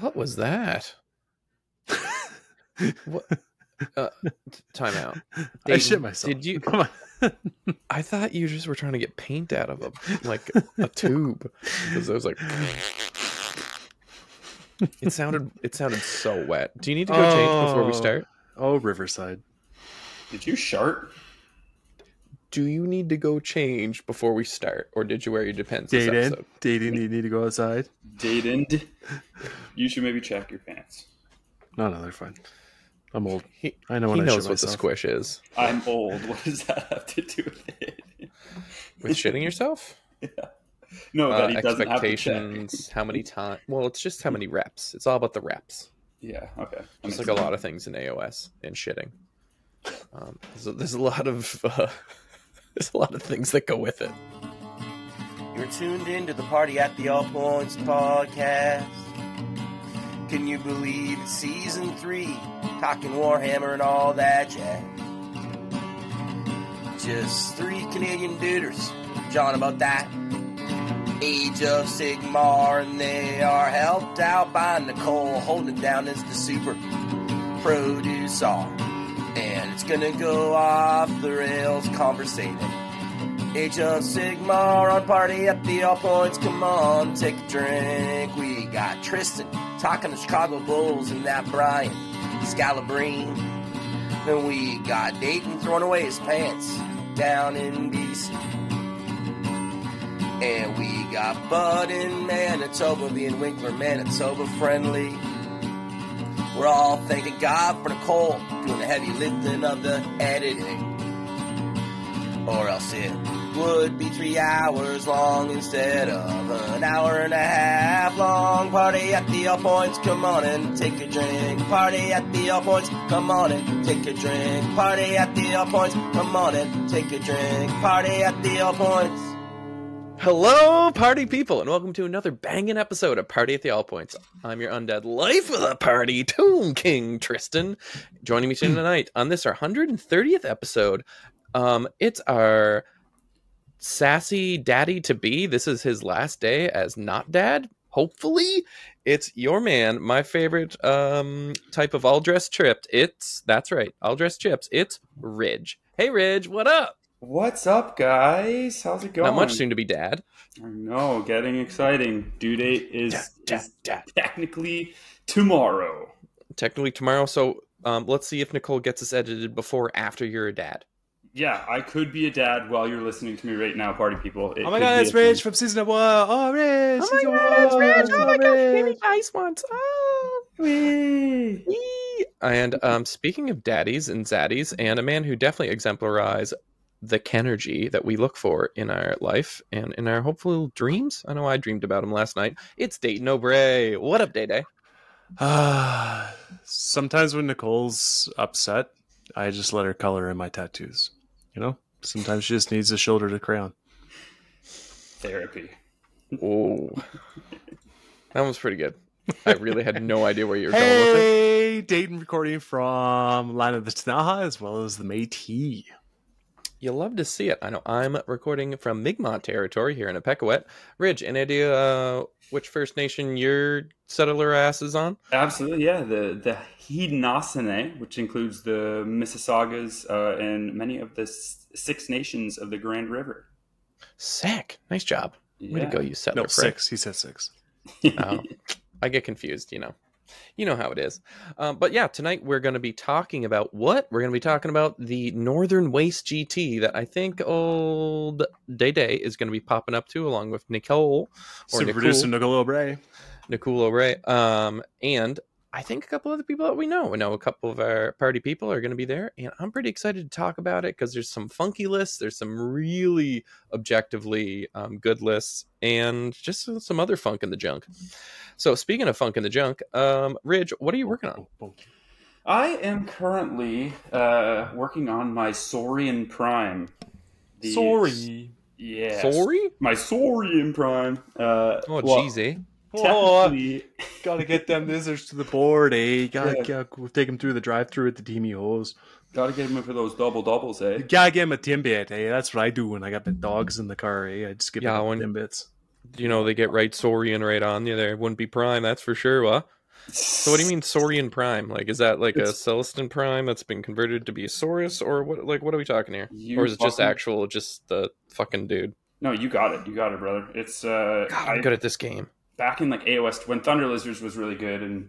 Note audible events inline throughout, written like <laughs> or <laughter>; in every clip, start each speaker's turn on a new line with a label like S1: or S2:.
S1: What was that? What? Uh, time out.
S2: <laughs> I shit
S1: Dayton,
S2: myself.
S1: Did you?
S2: <laughs> Come on.
S1: I thought you just were trying to get paint out of a like
S2: <laughs>
S1: a tube because I was like, it sounded it sounded so wet. Do you need to go change before we
S2: Oh.
S1: start?
S2: Oh, Riverside.
S3: Did you shart?
S1: Do you need to go change before we start, or did you wear your depends? This
S2: Dating.
S1: episode?
S2: Dating. You need to go outside.
S3: Didn't. You should maybe check your pants.
S2: No, no, they're fine. I'm old.
S1: He,
S2: I know when
S1: he
S2: I
S1: knows
S2: shit
S1: what the
S2: myself.
S1: squish is
S3: I'm old. What does that have to do with it?
S1: with shitting yourself.
S2: Oh,
S3: No,
S1: Uh,
S3: that he doesn't have to check.
S1: expectations, how many times? Well, it's just how many reps. It's all about the reps.
S3: Yeah. Okay. That
S1: Just
S3: makes
S1: like a lot of things in AOS and shitting. Um, so there's a lot of uh, <laughs> there's a lot of things that go with it.
S4: You're tuned in to the Party at the All Points podcast. Can you believe it's season three? Talking Warhammer and all that jazz. Just three Canadian duders, John about that. Age of Sigmar, and they are helped out by Nicole holding it down as the super producer. And it's gonna go off the rails conversating. Age of Sigmar on party at the all points. Come on, take a drink. We got Tristan talking the Chicago Bulls and that Brian Scalabrine. Then we got Dayton throwing away his pants down in BC. And we got Bud in Manitoba being Winkler Manitoba friendly. We're all thanking God for Nicole doing the heavy lifting of the editing or else it would be three hours long instead of an hour and a half long. Party at the All Points, come on and take a drink. Party at the All Points, come on and take a drink. Party at the All Points, come on and take a drink. Party at the All Points.
S1: Hello, party people, and welcome to another banging episode of Party at the All Points. I'm your undead life of the party, Tomb King Tristan. Joining me tonight on this our 130th episode. Um, it's our sassy daddy to be. This is his last day as not dad. Hopefully, it's your man, my favorite um, type of all dressed tripped. It's that's right, all dressed chips. It's Ridge. Hey, Ridge, what up?
S3: What's up, guys? How's it going?
S1: Not much soon to be dad.
S3: I know. Getting exciting. Due date is, is technically tomorrow.
S1: technically tomorrow. So um, let's see if Nicole gets this edited before or after you're a dad.
S3: Yeah, I could be a dad while you're listening to me right now, party people. It
S2: Oh my
S3: could
S2: god,
S3: be
S2: it's
S3: a thing.
S2: Ridge from season one. Oh, Ridge. season one.
S3: Oh
S2: Ridge.
S1: ice once. Oh.
S3: Whee!
S1: And um, speaking of daddies and zaddies, and a man who definitely exemplarize the Kenergy that we look for in our life and in our hopeful dreams. I know I dreamed about him last night. It's Dayton O'Bray. What up, Day Day?
S2: Ah, sometimes when Nicole's upset, I just let her color in my tattoos. You know, sometimes she just needs a shoulder to crayon.
S3: Therapy.
S1: Oh, that was pretty good. I really had no idea where you were going with it.
S2: Hey, Dayton recording from Line of the Tanaha as well as the Métis.
S1: You love to see it. I know I'm recording from Mi'kmaq territory here in Apekawet. Ridge, any idea uh, which First Nation your settler ass is on?
S3: Absolutely, yeah. The the Haudenosaunee, which includes the Mississaugas uh, and many of the s- Six Nations of the Grand River.
S1: Sick. Nice job. Way
S3: Yeah.
S1: to go, you settler.
S2: No,
S1: prick.
S2: six. He said six.
S1: <laughs> Oh, I get confused, you know. You know how it is. Um, but yeah, tonight we're going to be talking about what? We're going to be talking about the Northern Waste GT that I think old Day Day is going to be popping up to, along with Nicole or
S2: Super
S1: Nicole.
S2: producer Nicole O'Bray.
S1: Nicole O'Reilly, um, and I think a couple other people that we know. I know a couple of our party people are going to be there, and I'm pretty excited to talk about it because there's some funky lists, there's some really objectively um, good lists, and just some- some other funk in the junk. So speaking of funk in the junk, um, Ridge, what are you working
S2: Oh,
S1: on?
S3: I am currently uh, working on my Saurian Prime. The- Yeah.
S1: Sorry?
S3: My Saurian Prime. Uh,
S1: Oh,
S3: well,
S1: geez, eh?
S2: Oh,
S3: technically-
S2: gotta get them lizards to the board, eh? Gotta
S3: Yeah.
S2: get- we'll take them through the drive-through at the Teamy Holes.
S3: Gotta get him in for those double doubles, eh?
S2: Gotta get them a Timbit, eh? That's what I do when I got the dogs in the car, eh? I just give
S1: Yeah,
S2: them
S1: when-
S2: Timbits.
S1: You know, they get right Saurian right on you there. Wouldn't be prime, that's for sure, huh? So what do you mean Saurian Prime? Like, is that like a Celestin Prime that's been converted to be a Saurus, or what? Like, what are we talking here?
S3: You
S1: or is it just
S3: fucking-
S1: actual, just the fucking dude?
S3: No, you got it. You got it, brother. It's uh,
S1: God,
S3: I-
S1: I'm good at this game.
S3: back in like AOS when Thunder Lizards was really good, and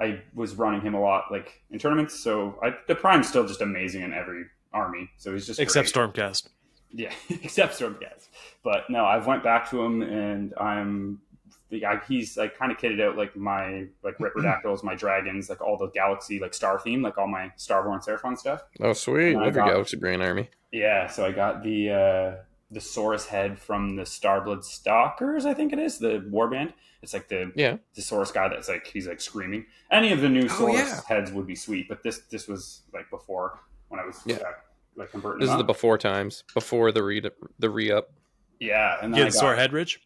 S3: I was running him a lot like in tournaments. So I, the Prime's still just amazing in every army. So he's just
S2: Except
S3: great.
S2: Stormcast.
S3: Yeah, <laughs> except Stormcast. But no, I've went back to him, and I'm the guy. He's like kind of kitted out like my like Ripperdactyls, my dragons, like all the galaxy like star theme, like all my Starborn Seraphon stuff.
S1: Oh, sweet!
S3: I
S1: Love your
S3: got-
S1: Galaxy Brain Army.
S3: Yeah, so I got the uh, the Saurus head from the Starblood Stalkers, I think it is the warband. It's like the
S1: Yeah.
S3: the Saurus guy that's like he's like screaming. Any of the new Saurus
S1: yeah.
S3: heads would be sweet, but this this was like before when I was
S1: Yeah.
S3: uh, like converting.
S1: This is
S3: them
S1: the
S3: up.
S1: before times, before the re the re up.
S3: yeah, and then I
S2: Get
S3: got,
S2: Sore Headridge.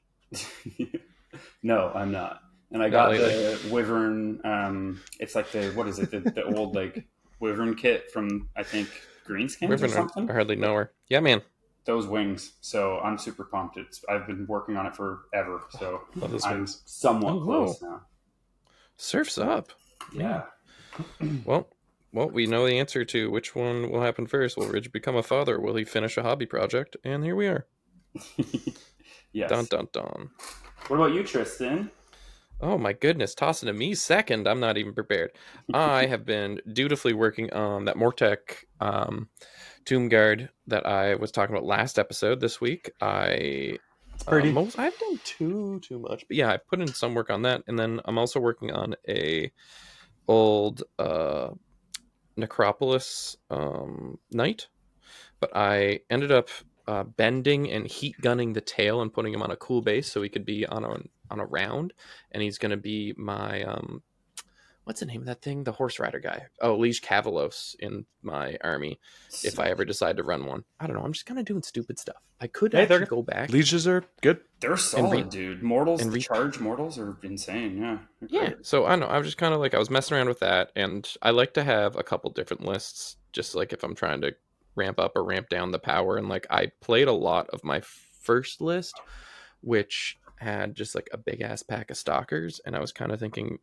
S3: <laughs> no, I'm not. And I
S1: Not
S3: got the Wyvern. Um, it's like the what is it? The, the old like Wyvern kit from I think Greenskins or
S1: Riven,
S3: something.
S1: I hardly know her. Yeah, man,
S3: Those wings. So I'm super pumped. It's I've been working on it forever. So
S2: Love those
S3: I'm
S2: wings.
S3: somewhat
S1: Oh,
S3: close now.
S1: surfs up.
S3: Yeah.
S1: Well, well, we know the answer to which one will happen first. Will Ridge become a father? Will he finish a hobby project? And here we are.
S3: <laughs> yes.
S1: Dun dun dun.
S3: What about you, Tristan?
S1: Oh my goodness, tossing to me second. I'm not even prepared. I have been dutifully working on that Mortec um, Tomb Guard that I was talking about last episode this week. I
S3: pretty.
S1: uh, most, I've done too too much, but yeah, I put in some work on that, and then I'm also working on a old uh, Necropolis um, Knight. But I ended up uh, bending and heat gunning the tail and putting him on a cool base so he could be on a on a round, and he's gonna be my um, what's the name of that thing? The horse rider guy. Oh, Liege Cavalos in my army if I ever decide to run one. I don't know. I'm just kind of doing stupid stuff. I could
S2: Hey, they're
S1: actually go back.
S2: Leeches are good.
S3: They're solid,
S1: re-
S3: dude. Mortals,
S1: and
S3: the
S1: re-
S3: charge mortals are insane. Yeah. They're
S1: Yeah.
S3: great.
S1: Um, So I don't know. I was just kind of like I was messing around with that, and I like to have a couple different lists, just like if I'm trying to ramp up or ramp down the power. And like I played a lot of my first list, which had just like a big ass pack of stalkers, and I was kind of thinking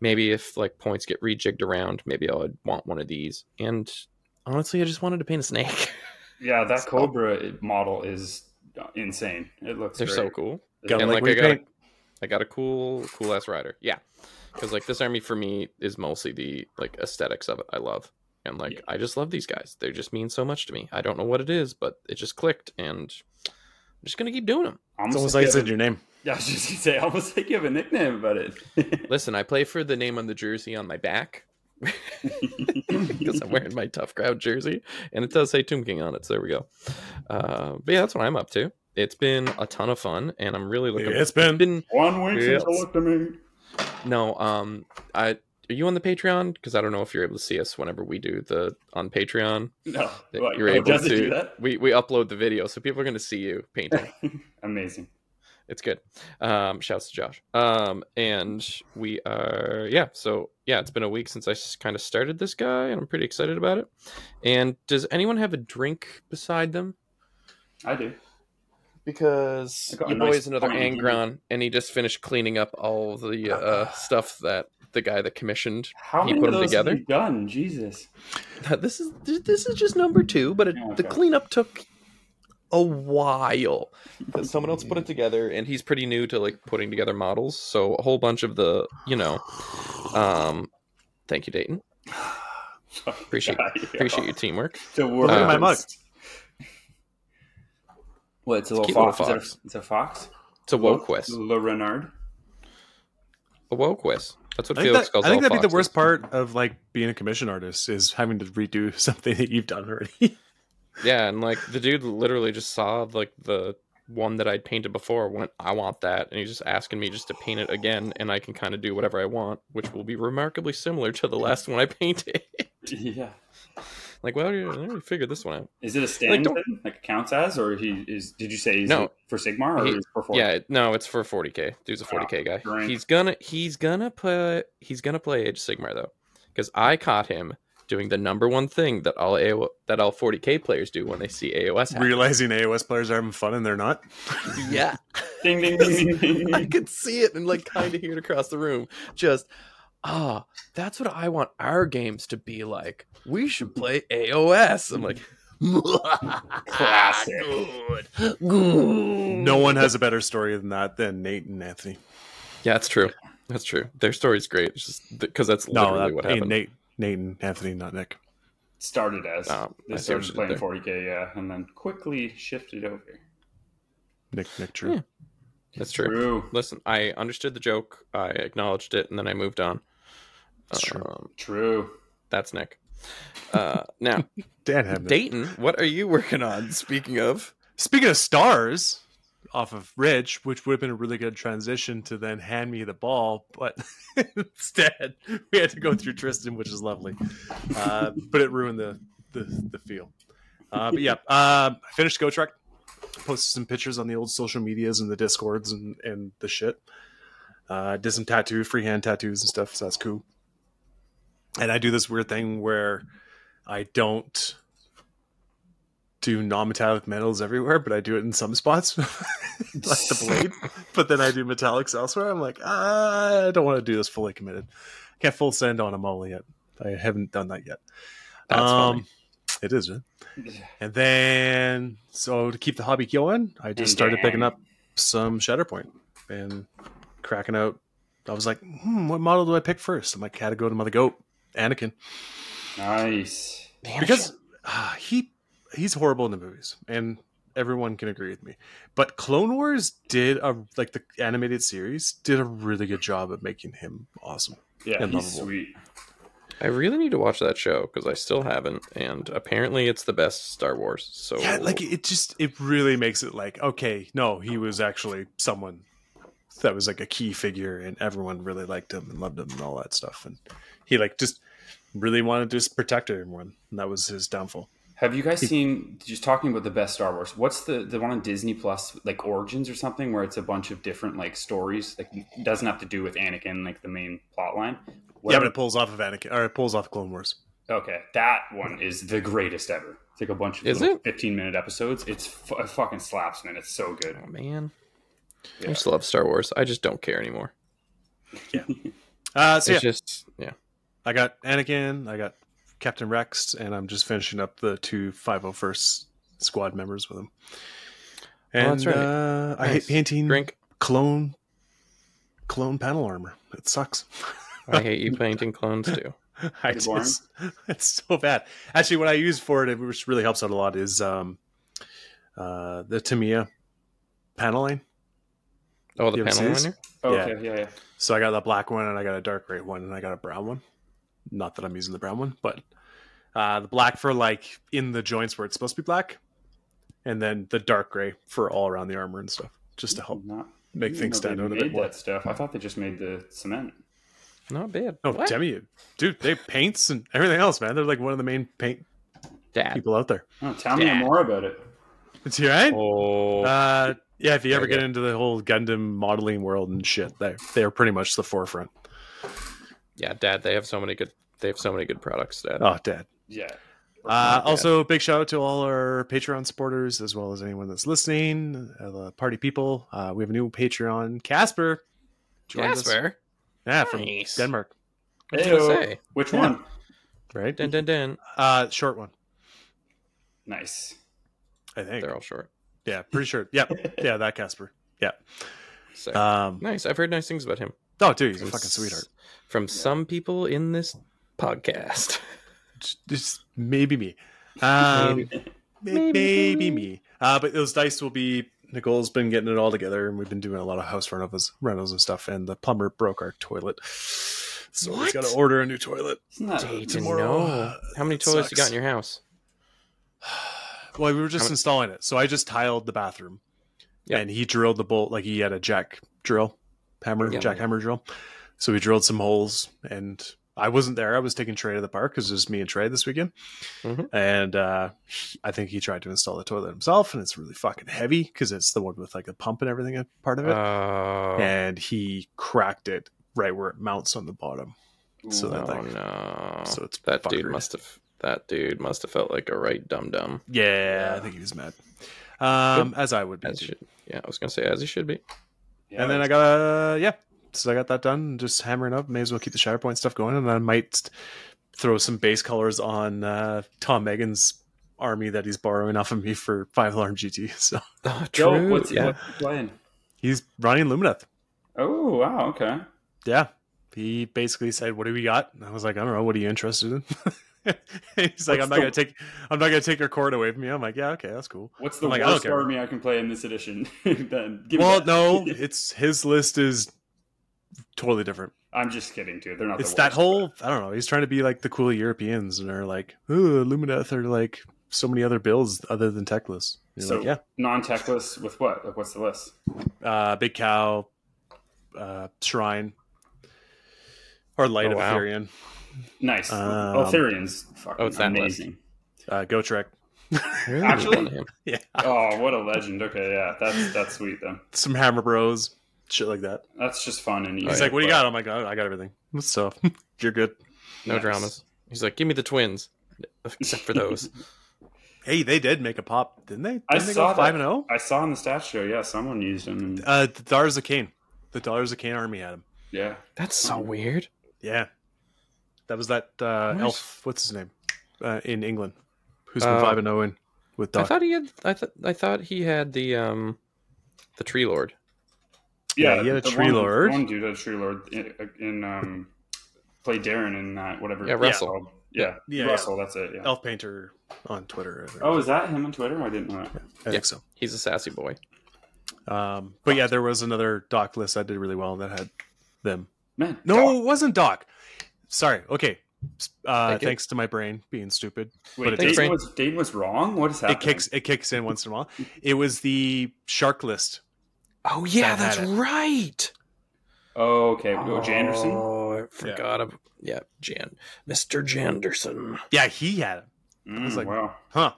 S1: maybe if like points get rejigged around, maybe I would want one of these. And honestly, I just wanted to paint a snake. <laughs>
S3: Yeah, that
S1: So-
S3: Cobra model is uh, insane. It looks
S1: They're
S3: great.
S1: so cool.
S2: Gotta
S1: and
S2: like
S1: like, I got, a,
S2: repaint.
S1: I got a cool, cool ass rider. Yeah, because like this army for me is mostly the like aesthetics of it. I love, and like
S3: Yeah.
S1: I just love these guys. They just mean so much to me. I don't know what it is, but it just clicked, and I'm just gonna keep doing them.
S3: Almost
S2: It's almost like
S3: like you
S2: it
S3: have
S2: said your name.
S3: a- <laughs> I was just gonna say, almost like you have a nickname about it. <laughs>
S1: Listen, I play for the name on the jersey on my back <laughs> because I'm wearing my tough crowd jersey, and it does say Tomb King on it. So there we go. Uh, but yeah, that's what I'm up to. It's been a ton of fun, and I'm really looking.
S2: It's been.
S1: been
S3: One wink since you
S1: Yes.
S3: looked at me.
S1: No, um, I are you on the Patreon? Because I don't know if you're able to see us whenever we do the on Patreon.
S3: No,
S1: that
S3: like,
S1: you're
S3: oh,
S1: able
S3: does
S1: to
S3: it do that?
S1: We we upload the video, so people are going to see you
S3: <laughs>
S1: painting.
S3: Amazing.
S1: it's good. Um, shouts to Josh. Um, and we are yeah. So yeah, it's been a week since I kind of started this guy, and I'm pretty excited about it. And does anyone have a drink beside them?
S3: I do.
S1: because
S3: I got a
S1: your
S3: nice
S1: boy is another
S3: pint in
S1: Angron, and he just finished cleaning up all the
S3: Ah.
S1: uh, stuff that the guy that commissioned
S3: How
S1: He
S3: many
S1: put
S3: of
S1: 'em
S3: those
S1: together?
S3: have you done? Jesus. <laughs>
S1: this is this is just number two, but it,
S3: Yeah,
S1: the
S3: okay.
S1: cleanup took a while because someone else put it together, and he's pretty new to like putting together models. So a whole bunch of the you know, um, thank you, Dayton. Appreciate-
S3: <laughs> Yeah, yeah.
S1: Appreciate your teamwork.
S3: The
S2: Look at my mug.
S3: worst. What?
S1: It's
S3: It's a
S1: a
S3: little
S1: cute little
S3: fox. Is it a-
S1: fox.
S3: It's a fox.
S1: It's a woke quest.
S3: Le Renard. <laughs>
S1: A woke quest. That's what
S2: I think,
S1: Felix
S2: that,
S1: calls.
S2: I think
S1: all
S2: that'd be the
S1: foxes.
S2: worst part of like being a commission artist is having to redo <laughs> something that you've done already.
S1: Yeah, and like the dude literally just saw like the one that I'd painted before went, I want that, and he's just asking me just to paint it again, and I can kind of do whatever I want, which will be remarkably similar to the last one I painted. <laughs>
S3: Yeah.
S1: like, well, you already figured this one out.
S3: Is it a stand
S1: don't-
S3: like, like counts as, or he is? Did you say he's
S1: No.
S3: for Sigmar or
S1: He-
S3: is for four?
S1: Yeah, it- no, it's for 40k. Dude's a 40k guy.
S3: drink.
S1: He's gonna he's gonna play he's gonna play Age of Sigmar though, because I caught him doing the number one thing that all AO, that all 40k players do when they see AOS. happen.
S2: Realizing AOS players are having fun and they're not.
S1: <laughs> Yeah.
S3: Ding ding ding. ding, ding,
S1: I <laughs>
S3: ding.
S1: could see it and like kind of hear it across the room. Just, ah, that's what I want our games to be like. We should play AOS. I'm like, <laughs> Ah,
S3: Classic.
S1: Good. Good.
S2: No one has a better story than that than Nate and Anthony.
S1: Yeah, that's true. That's true. Their story's great. It's just because that's
S2: No,
S1: literally
S2: that-
S1: what
S2: hey,
S1: happened.
S2: Nate, Nate and Anthony, not Nick.
S3: Started as
S1: Um, I
S3: they
S1: see what
S3: started
S1: you did
S3: playing 40k, yeah, and then quickly shifted over.
S2: Nick, Nick, true.
S1: Yeah. That's true.
S3: True,
S1: Listen, I understood the joke. I acknowledged it, and then I moved on.
S2: That's true.
S1: Um,
S3: true.
S1: that's Nick. Uh, now,
S2: <laughs> Dan had Nick.
S1: Dayton, what are you working on? Speaking of,
S2: Speaking of stars, off of Rich, which would have been a really good transition to then hand me the ball, but <laughs> instead we had to go through Tristan, which is lovely, uh, but it ruined the the, the feel. Uh, but yeah, um, I finished Go Trek, posted some pictures on the old social medias and the discords and and the shit. Uh, did some tattoo, freehand tattoos and stuff, so that's cool. And I do this weird thing where I don't do non-metallic metals everywhere, but I do it in some spots, <laughs> like the blade.
S1: <laughs>
S2: But then I do metallics elsewhere. I'm like, ah, I don't want to do this fully committed. Can't full send on a mole yet. I haven't done that yet. Um,
S1: That's funny.
S2: It is, man.
S3: <laughs>
S2: And then, so to keep the hobby going, I just started picking up some Shatterpoint and cracking out. I was like, hmm, what model do I pick first? I'm like, had to go to Mother Goat, Anakin
S3: Nice.
S2: because uh, <sighs> he he's horrible in the movies, and everyone can agree with me. But Clone Wars did a like the animated series did a really good job at making him awesome.
S3: Yeah,
S2: And
S3: he's
S2: lovable.
S3: sweet.
S1: I really need to watch that show because I still haven't, and apparently it's the best Star Wars. So
S2: Yeah, like it just it really makes it like okay, no, he was actually someone that was like a key figure, and everyone really liked him and loved him and all that stuff, and he like just really wanted to just protect everyone, and that was his downfall.
S3: Have you guys seen? Just talking about the best Star Wars. What's the the one on Disney Plus, like Origins or something, where it's a bunch of different like stories. Like it doesn't have to do with Anakin, like the main plot line.
S2: Yeah, but it pulls off of Anakin, or it pulls off Clone Wars.
S3: okay, that one is the greatest ever. It's like a bunch of
S1: Is
S3: little
S1: it?
S3: fifteen minute episodes. It's fu- it fucking slaps, man. It's so good.
S1: oh, man, I
S3: Yeah.
S1: just love Star Wars. I just don't care anymore.
S2: Uh, so yeah,
S1: It's just yeah.
S2: I got Anakin, I got Captain Rex, and I'm just finishing up the two 501st squad members with him. And
S1: Oh, that's right.
S2: uh, I hate
S1: Nice.
S2: painting
S1: Drink.
S2: clone clone panel armor. It sucks.
S1: I hate
S2: <laughs>
S1: you painting clones too.
S2: I
S3: <laughs>
S2: <laughs>
S3: Pretty boring.
S2: just, it's so bad. Actually, what I use for it, which really helps out a lot, is um, uh, the Tamiya panel line.
S1: Oh, the
S2: You ever see
S1: panel
S2: this?
S1: liner.
S3: Okay, yeah, yeah.
S2: So I got the black one and I got a dark gray one and I got a brown one. Not that I'm using the brown one, but uh, the black for like in the joints where it's supposed to be black, and then the dark gray for all around the armor and stuff, just to help
S3: Not
S2: make
S3: didn't
S2: things
S3: know
S2: stand
S3: they
S2: out a
S3: made
S2: bit more.
S3: That stuff. I thought they just made the cement.
S1: Not bad.
S2: No,
S1: What?
S2: Oh, Demi, dude, they paints and everything else, man. They're like one of the main paint
S1: Dad.
S2: people out there.
S3: Oh, tell me more about it.
S2: It's you, right?
S1: Oh,
S2: Uh, yeah, if you ever
S1: Very
S2: get
S1: good.
S2: into the whole Gundam modeling world and shit, they they're pretty much the forefront.
S1: yeah, Dad. They have so many good. They have so many good products, Dad.
S2: Oh, dad.
S3: Yeah.
S2: Uh, also, big shout out to all our Patreon supporters, as well as anyone that's listening, uh, the party people. Uh, we have a new Patreon, Casper. joined us.
S1: Jasper.
S2: yeah, from
S1: Nice.
S2: Denmark,
S1: I was gonna
S3: Heyo.
S1: say.
S3: Which
S2: Yeah.
S3: one?
S2: right?
S1: Dun, dun, dun.
S2: Uh, short one,
S3: Nice.
S2: I think.
S1: They're all short.
S2: Yeah, pretty sure. Yeah,
S1: <laughs>
S2: yeah, that Casper. Yeah.
S1: So.
S2: Um,
S1: nice. I've heard nice things about him.
S2: oh, dude, he's a
S1: From
S2: fucking
S1: s-
S2: sweetheart.
S1: From some people in this
S2: <laughs>
S1: podcast.
S2: Just- Just maybe me. Um,
S1: Maybe.
S2: Maybe,
S1: Maybe.
S2: maybe me. Uh, but those dice will be. Nicole's been getting it all together, and we've been doing a lot of house renovas, renos and stuff. And the plumber broke our toilet, so we
S1: What?
S2: got to order a new toilet.
S3: Isn't that
S1: Dayton, no.
S2: tomorrow, uh,
S1: How many
S2: that
S1: toilets you got
S2: sucks.
S1: in your house?
S2: <sighs> Well, we were just
S1: How mu-
S2: installing it, so I just tiled the bathroom,
S1: Yeah.
S2: and he drilled the bolt like he had a jack drill, hammer,
S1: Yeah.
S2: jackhammer drill. So we drilled some holes, and I wasn't there. I was taking Trey to the park because it was just me and Trey this weekend,
S1: Mhm.
S2: and uh, I think he tried to install the toilet himself, and it's really fucking heavy because it's the one with like a pump and everything a part of it,
S1: Oh,
S2: and he cracked it right where it mounts on the bottom. So
S1: oh
S2: that thing.
S1: no.
S2: So it's
S1: Oh, that dude
S2: fuckered.
S1: must have. That dude must have felt like a right dum dum.
S2: Yeah, I think he was mad, um, as I would be.
S1: As
S2: too.
S1: should. Yeah, I was gonna say as he should be.
S3: Yeah,
S2: and then I got a yeah. so I got that done. and Just hammering up. May as well keep the Shatterpoint stuff going, and I might throw some base colors on uh, Tom Megan's army that he's borrowing off of me for Five Alarm GT. <laughs> So
S1: Oh,
S3: Yo,
S1: true.
S3: what's
S1: yeah.
S3: what's he playing?
S2: he's running Lumineth.
S3: Oh wow, okay.
S2: Yeah. He basically said, "What do we got?" And I was like, "I don't know. What are you interested in?" <laughs> He's like,
S3: What's
S2: "I'm not
S3: the-
S2: gonna take, I'm not gonna take your cord away from you." I'm like, "Yeah, okay, that's cool."
S3: What's the
S2: I'm like, I don't
S3: worst
S2: care.
S3: army I can play in this edition? <laughs> then give me
S2: Well,
S3: that. <laughs>
S2: no, it's his list is totally different.
S3: I'm just kidding, dude. They're not.
S2: It's
S3: the
S2: that
S3: worst,
S2: whole I don't know. He's trying to be like the cool Europeans and are like, "Ooh, Lumineth are like so many other builds other than Techless."
S3: but-
S2: You're
S3: So
S2: like, yeah,
S3: non-tech list with what? Like, what's the list?
S2: uh, Big Cow, uh, Shrine, or Light
S1: Oh,
S2: of
S1: wow.
S2: Aetherian,
S3: Nice.
S2: Um,
S3: Altherian's fucking
S1: Oh, it's that list.
S3: amazing.
S2: uh, Gotrek.
S1: Ooh,
S3: Actually-
S1: damn.
S2: <laughs> Yeah,
S3: Oh, what a legend. Okay, yeah, that's that's sweet then.
S2: some Hammer Bros, shit like that.
S3: That's just fun and easy.
S2: He's
S1: yeah.
S2: like, "What do you got?" I'm like, "Oh, "I I got everything." So <laughs> you're good.
S1: no
S3: Nice.
S1: dramas. He's like, give me the twins, except for those.
S2: Hey, they did make a pop, didn't they? Didn't
S3: I
S2: they
S3: saw
S2: go
S3: that.
S2: five and zero.
S3: I saw in the stat show, yeah, someone used him. And,
S2: Uh, the Darzakane, the Darzakane army had him.
S3: yeah.
S1: That's so weird.
S2: Yeah, that was that uh,
S1: Nice.
S2: elf. What's his name? Uh, in England, who's been
S1: Uh,
S2: five and zero in with
S1: I
S2: Doc.
S1: thought he had. I thought. I thought he had the um, the tree lord.
S2: Yeah, he had a
S3: the
S2: tree
S3: one-
S2: lord.
S3: One dude had a tree lord in, in um, played Darren in that whatever.
S1: Yeah,
S3: it's
S1: Russell.
S3: called. Yeah,
S2: Yeah, yeah.
S3: Russell. That's it. Yeah.
S2: elf painter on Twitter. I
S3: Oh, is that him on Twitter? I didn't know that.
S2: think
S1: yeah.
S2: so.
S1: He's a sassy boy.
S2: Um, but yeah, there was another Doc list that did really well that had them.
S3: Man,
S2: No,
S3: Doc-
S2: it wasn't Doc. Sorry. Okay. Uh,
S1: Thank you.
S2: thanks to my brain being stupid.
S3: wait,
S2: it
S3: Dayton
S1: did.
S3: was Dayton was wrong. What is happening?
S2: It kicks. It kicks in once in a while. It was the shark list.
S1: Oh yeah,
S2: That had
S1: that's
S2: it.
S1: right.
S3: Oh, okay. Oh, Janderson.
S1: Oh, I forgot about yeah, Jan, Mister Janderson.
S2: Yeah, he had it.
S3: Mm,
S2: was like-
S3: wow.
S2: Huh.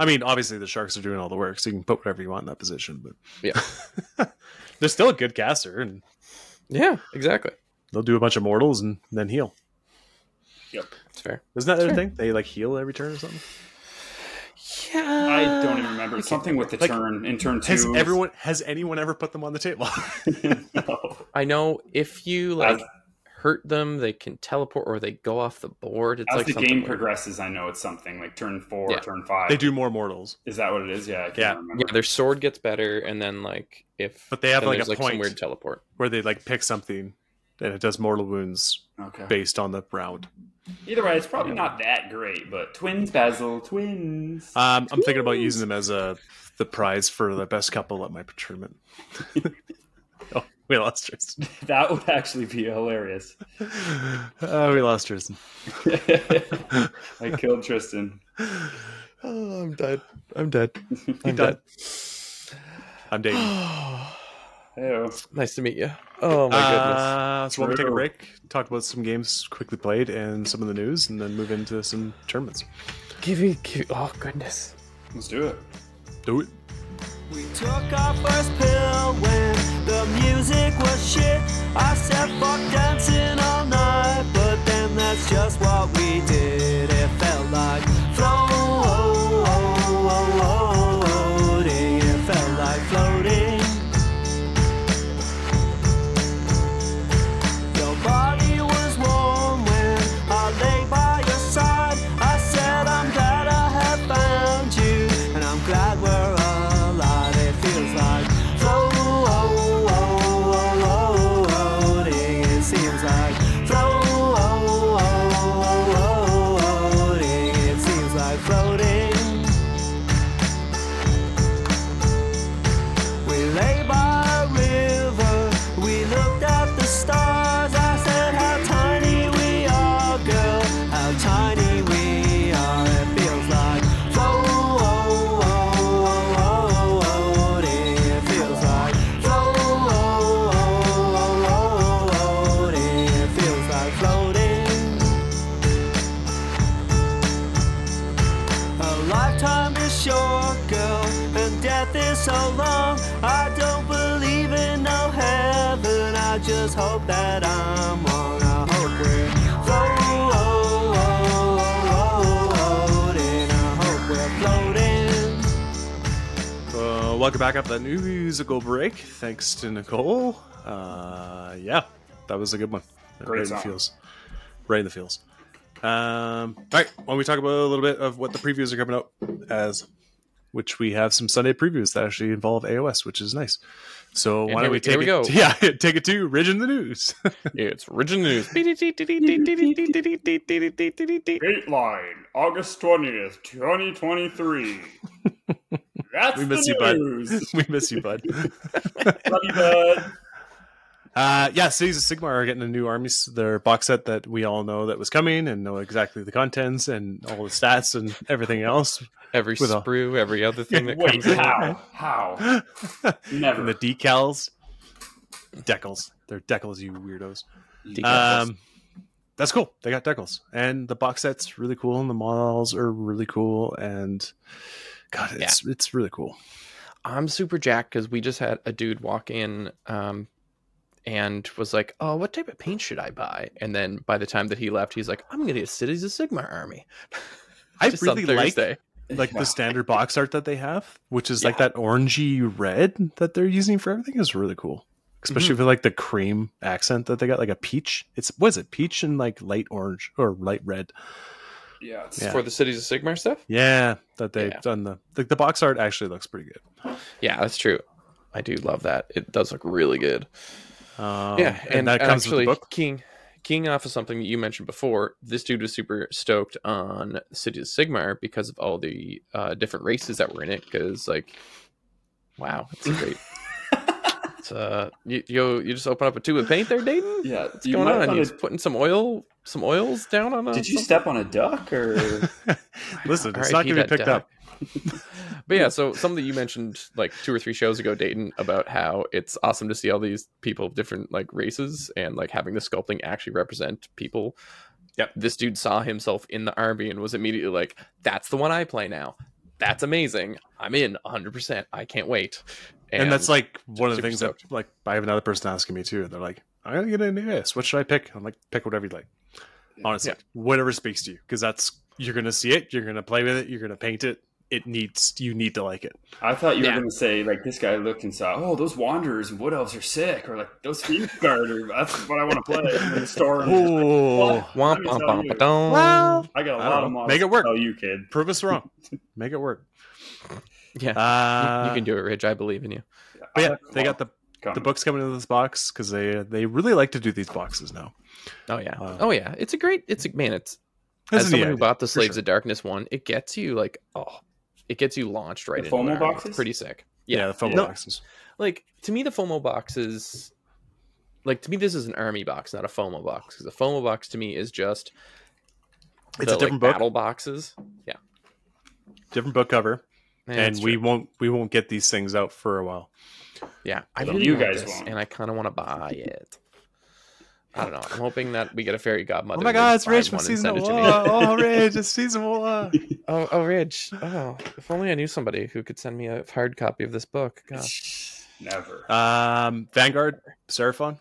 S2: I mean, obviously the sharks are doing all the work, so you can put whatever you want in that position. But yeah, <laughs> they're still a good caster, and
S1: Yeah, exactly.
S2: they'll do a bunch of mortals and then heal.
S1: That's fair.
S2: Isn't that their
S1: Sure.
S2: thing? They like heal every turn or something.
S1: Yeah,
S3: I don't even remember. Something with the
S2: uh, Like,
S3: turn in turn two.
S2: Has everyone? Has anyone ever put them on the table?
S3: <laughs>
S2: <laughs>
S3: no.
S1: I know if you like
S3: As-
S1: hurt them, they can teleport or they go off the board. It's
S3: As
S1: like
S3: the
S1: something
S3: game
S1: weird.
S3: progresses, I know it's something like turn four,
S1: Yeah.
S3: turn five.
S2: they do more mortals,
S3: Is that what it is? Yeah, I can't
S2: Yeah.
S3: remember.
S1: Yeah, their sword gets better, and then like if
S2: but they have
S1: then
S2: like a
S1: there's, like
S2: point
S1: some weird <sighs> teleport.
S2: where they like pick something, and it does mortal wounds
S3: Okay.
S2: based on the round.
S3: Either way, it's probably not that great, but twins, Basil, twins.
S2: Um, I'm thinking about using them as a the prize for the best couple at my tournament. <laughs> oh, we lost Tristan.
S3: <laughs>
S2: <laughs>
S3: that would actually be hilarious. <laughs>
S2: Oh, we lost Tristan.
S3: I killed Tristan.
S1: Oh, I'm dead. I'm dead. I'm
S2: done.
S1: dead.
S2: I'm
S1: <gasps>
S2: dating.
S3: Hey,
S1: nice to meet you. Oh my goodness.
S2: Uh, so why don't we take a
S3: True.
S2: break, talk about some games quickly played and some of the news, and then move into some tournaments.
S1: Give me, give, oh goodness.
S3: let's do it.
S2: Do it.
S5: We took our first pill when the music was shit. I said fuck dancing all night, but then that's just what we did. It felt like floating. It felt like floating. Your body was warm when I lay by your side. I said, I'm glad I have found you, and I'm glad we're alive. It feels like floating. It seems like floating. It seems like floating. We lay by a river, we looked at the stars. I said, How tiny we are, girl, how tiny we are. It feels like floating. It feels like floating. It feels like floating. A lifetime is short, girl, and death is so long. I don't believe in no heaven. I just hope that I'm wrong. I hope we're floating. I hope we're floating.
S2: Uh, welcome back after that new musical break. Thanks to Nicole. Uh, yeah, that was a good one.
S3: Great
S2: right
S3: song.
S2: in the feels. Right in the feels. Um, all right. Why don't we talk about a little bit of what the previews are coming up as, which we have some Sunday previews that actually involve AOS, which is nice. So
S1: And
S2: why
S1: here
S2: don't
S1: we-
S2: we
S1: here
S2: take
S1: we
S2: it?
S1: go.
S2: <laughs> Yeah, take it to Ridge in the News. <laughs>
S1: It's original <laughs> news.
S3: Dateline, August 20th, 2023.
S2: <laughs>
S3: That's
S2: We miss
S3: the
S2: you, bud. <laughs>
S3: news.
S2: we miss you, bud.
S1: <laughs>
S3: Love you, bud.
S2: Uh, yeah, Cities of Sigmar are getting a new armies, their box set that we all know that was coming and know exactly the contents and all the stats and
S1: <laughs>
S2: everything else.
S1: Every
S2: With a-
S1: sprue, every other thing <laughs> that
S3: Wait,
S1: comes in.
S3: how? How? Never.
S2: And the decals, decals, they're decals, you weirdos.
S1: Decals.
S2: Um, that's cool. They got decals, and the box set's really cool, and the models are really cool, and God, it's it's really cool.
S1: I'm super jacked because we just had a dude walk in um, and was like, "Oh, what type of paint should I buy?" And then by the time that he left, he's like, "I'm gonna get Cities of Sigmar army."
S2: I
S1: Just on
S2: really like
S1: Thursday.
S2: like the standard box art that they have, which is like that orangey red that they're using for everything is really cool.
S1: Mm-hmm.
S2: Especially for like the cream accent that they got, like a peach. It's was it peach and like light orange or light red?
S3: yeah, it's-
S2: Yeah.
S1: for the Cities of Sigmar stuff.
S2: Yeah, that they've
S1: Yeah.
S2: done the like the box art actually looks pretty good.
S1: Yeah, that's true. I do love that. It does look really good.
S2: Um,
S1: yeah, and,
S2: that comes
S1: actually, <laughs>
S2: with the book.
S1: King King off of something that you mentioned before. This dude was super stoked on City of Sigmar because of all the uh, different races that were in it. Because like, wow, it's
S2: <laughs>
S1: great. it's uh, you you you just open up a tube of paint there, Dayton.
S3: yeah.
S1: What's going on? You just putting some oil, some oils down on. A,
S3: Did you step on a
S2: <laughs>
S3: duck or?
S2: Listen, it's
S1: RIP
S2: not gonna be
S1: that
S2: picked
S1: duck.
S2: up.
S1: but yeah, so something that you mentioned like two or three shows ago, Dayton, about how it's awesome to see all these people of different like races and like having the sculpting actually represent people.
S2: Yep.
S1: This dude saw himself in the army and was immediately like, that's the one I play now. That's amazing. I'm in 100%. I can't wait.
S2: And, that's like one of the
S1: super
S2: things that like I have another person asking me too. They're like, I'm gonna get into this. What should I pick? I'm like, pick whatever you like. Honestly,
S1: Yeah.
S2: whatever speaks to you, because that's you're gonna see it, you're gonna play with it, you're gonna paint it. It needs you need to like it.
S3: I thought you
S1: Yeah.
S3: were going to say like this guy looked and saw, oh, those wanderers and wood elves are sick, or like those fiend
S2: <laughs>
S3: guard, or that's what I want to play. And the store.
S2: Oh,
S3: What?
S1: Womp,
S3: Let me
S1: womp,
S3: tell
S1: womp,
S3: you.
S1: ba-dum.
S3: I got a
S2: I
S3: lot
S2: don't
S3: of
S2: know.
S3: models.
S2: Make it work.
S3: Oh, you kid.
S2: prove
S1: <laughs>
S2: us wrong. Make it work.
S1: yeah.
S2: Uh,
S1: you, you can do it, Ridge. I believe in you.
S2: But yeah, they got the the books coming into this box because they they really like to do these boxes now.
S1: Oh yeah.
S2: Wow.
S1: oh yeah. It's a great it's a man, it's
S2: That's
S1: as
S2: E
S1: someone
S2: a neat
S1: who
S2: idea,
S1: bought the
S2: for
S1: Slaves
S2: sure.
S1: of Darkness one, it gets you like oh, it gets you launched right into
S3: The
S1: an
S3: FOMO
S1: army. It's
S3: boxes?
S1: Pretty sick.
S2: yeah,
S1: Yeah.
S2: the foam
S3: Yeah.
S2: boxes.
S1: Like to me, the FOMO box is like to me this is an army box, not a FOMO box. Because the FOMO box to me is just
S2: It's
S1: the,
S2: a different
S1: like,
S2: book,
S1: battle boxes. Yeah,
S2: different book cover,
S1: Eh,
S2: and
S1: that's
S2: we
S1: true.
S2: won't we won't get these things out for a while.
S1: yeah, I
S3: Well,
S1: really
S3: you
S1: want
S3: guys
S1: this,
S3: won't.
S1: and I kind of want to buy it. I don't know. I'm hoping that we get a fairy godmother.
S2: oh my
S1: to
S2: God, it's
S1: find
S2: Rich from
S1: one and
S2: season
S1: send it
S2: one.
S1: to me.
S2: Oh, Rich, it's season one.
S1: <laughs> Oh, oh, Ridge. Oh, if only I knew somebody who could send me a hard copy of this book. Gosh.
S3: Never.
S2: Um, Vanguard, Seraphon.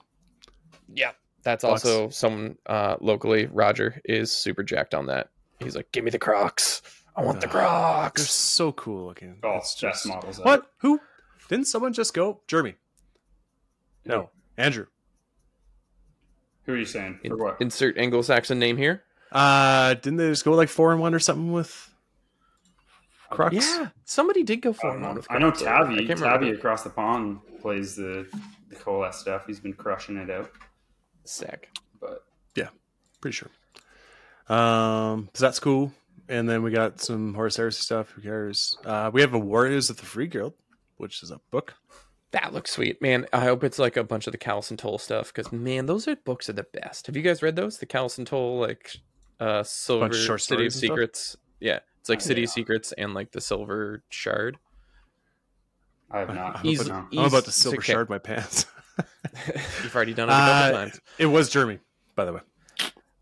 S1: Yeah, that's
S2: Bucks.
S1: also someone uh, locally. Roger is super jacked on that. He's like, "Give me the Crocs! I want the
S2: Ugh, They're
S1: Crocs!"
S2: so cool looking.
S3: Oh,
S2: It's
S3: best
S2: just
S3: models. ever.
S2: what? Who? Didn't someone just go? Jeremy? No, Andrew.
S3: Who are you saying?
S1: In-
S3: For what?
S1: insert Anglo-Saxon name here.
S2: Uh, didn't they just go like four and one or something with Crux?
S1: Yeah, somebody did go
S3: I
S1: for
S3: don't
S1: him.
S3: know.
S1: with
S3: I know
S1: Crocs earlier. I
S3: Tavi.
S1: can't remember.
S3: Tavi across the pond plays the the Coalesce stuff. He's been crushing it out.
S1: Sick.
S3: But
S2: pretty sure. Um, so that's cool. And then we got some Horus Heresy stuff. Who cares? Uh, we have a Warriors of the Free Guild, which is a book.
S1: That looks sweet, man. I hope it's like a bunch of the Callison Toll stuff because man, those are books are the best. Have you guys read those? The Callison Toll, like uh, Silver
S2: short
S1: City of
S2: stories and stuff?
S1: Secrets. Yeah, it's like
S3: Oh,
S1: City of
S3: yeah.
S1: Secrets and like the Silver Shard. <laughs>
S3: I have not.
S2: I'm,
S1: He's-
S2: about,
S1: he's
S2: I'm about to silver
S1: sick.
S2: shard my pants. <laughs>
S1: You've already done it a couple
S2: Uh,
S1: times.
S2: it was Jeremy, by the way.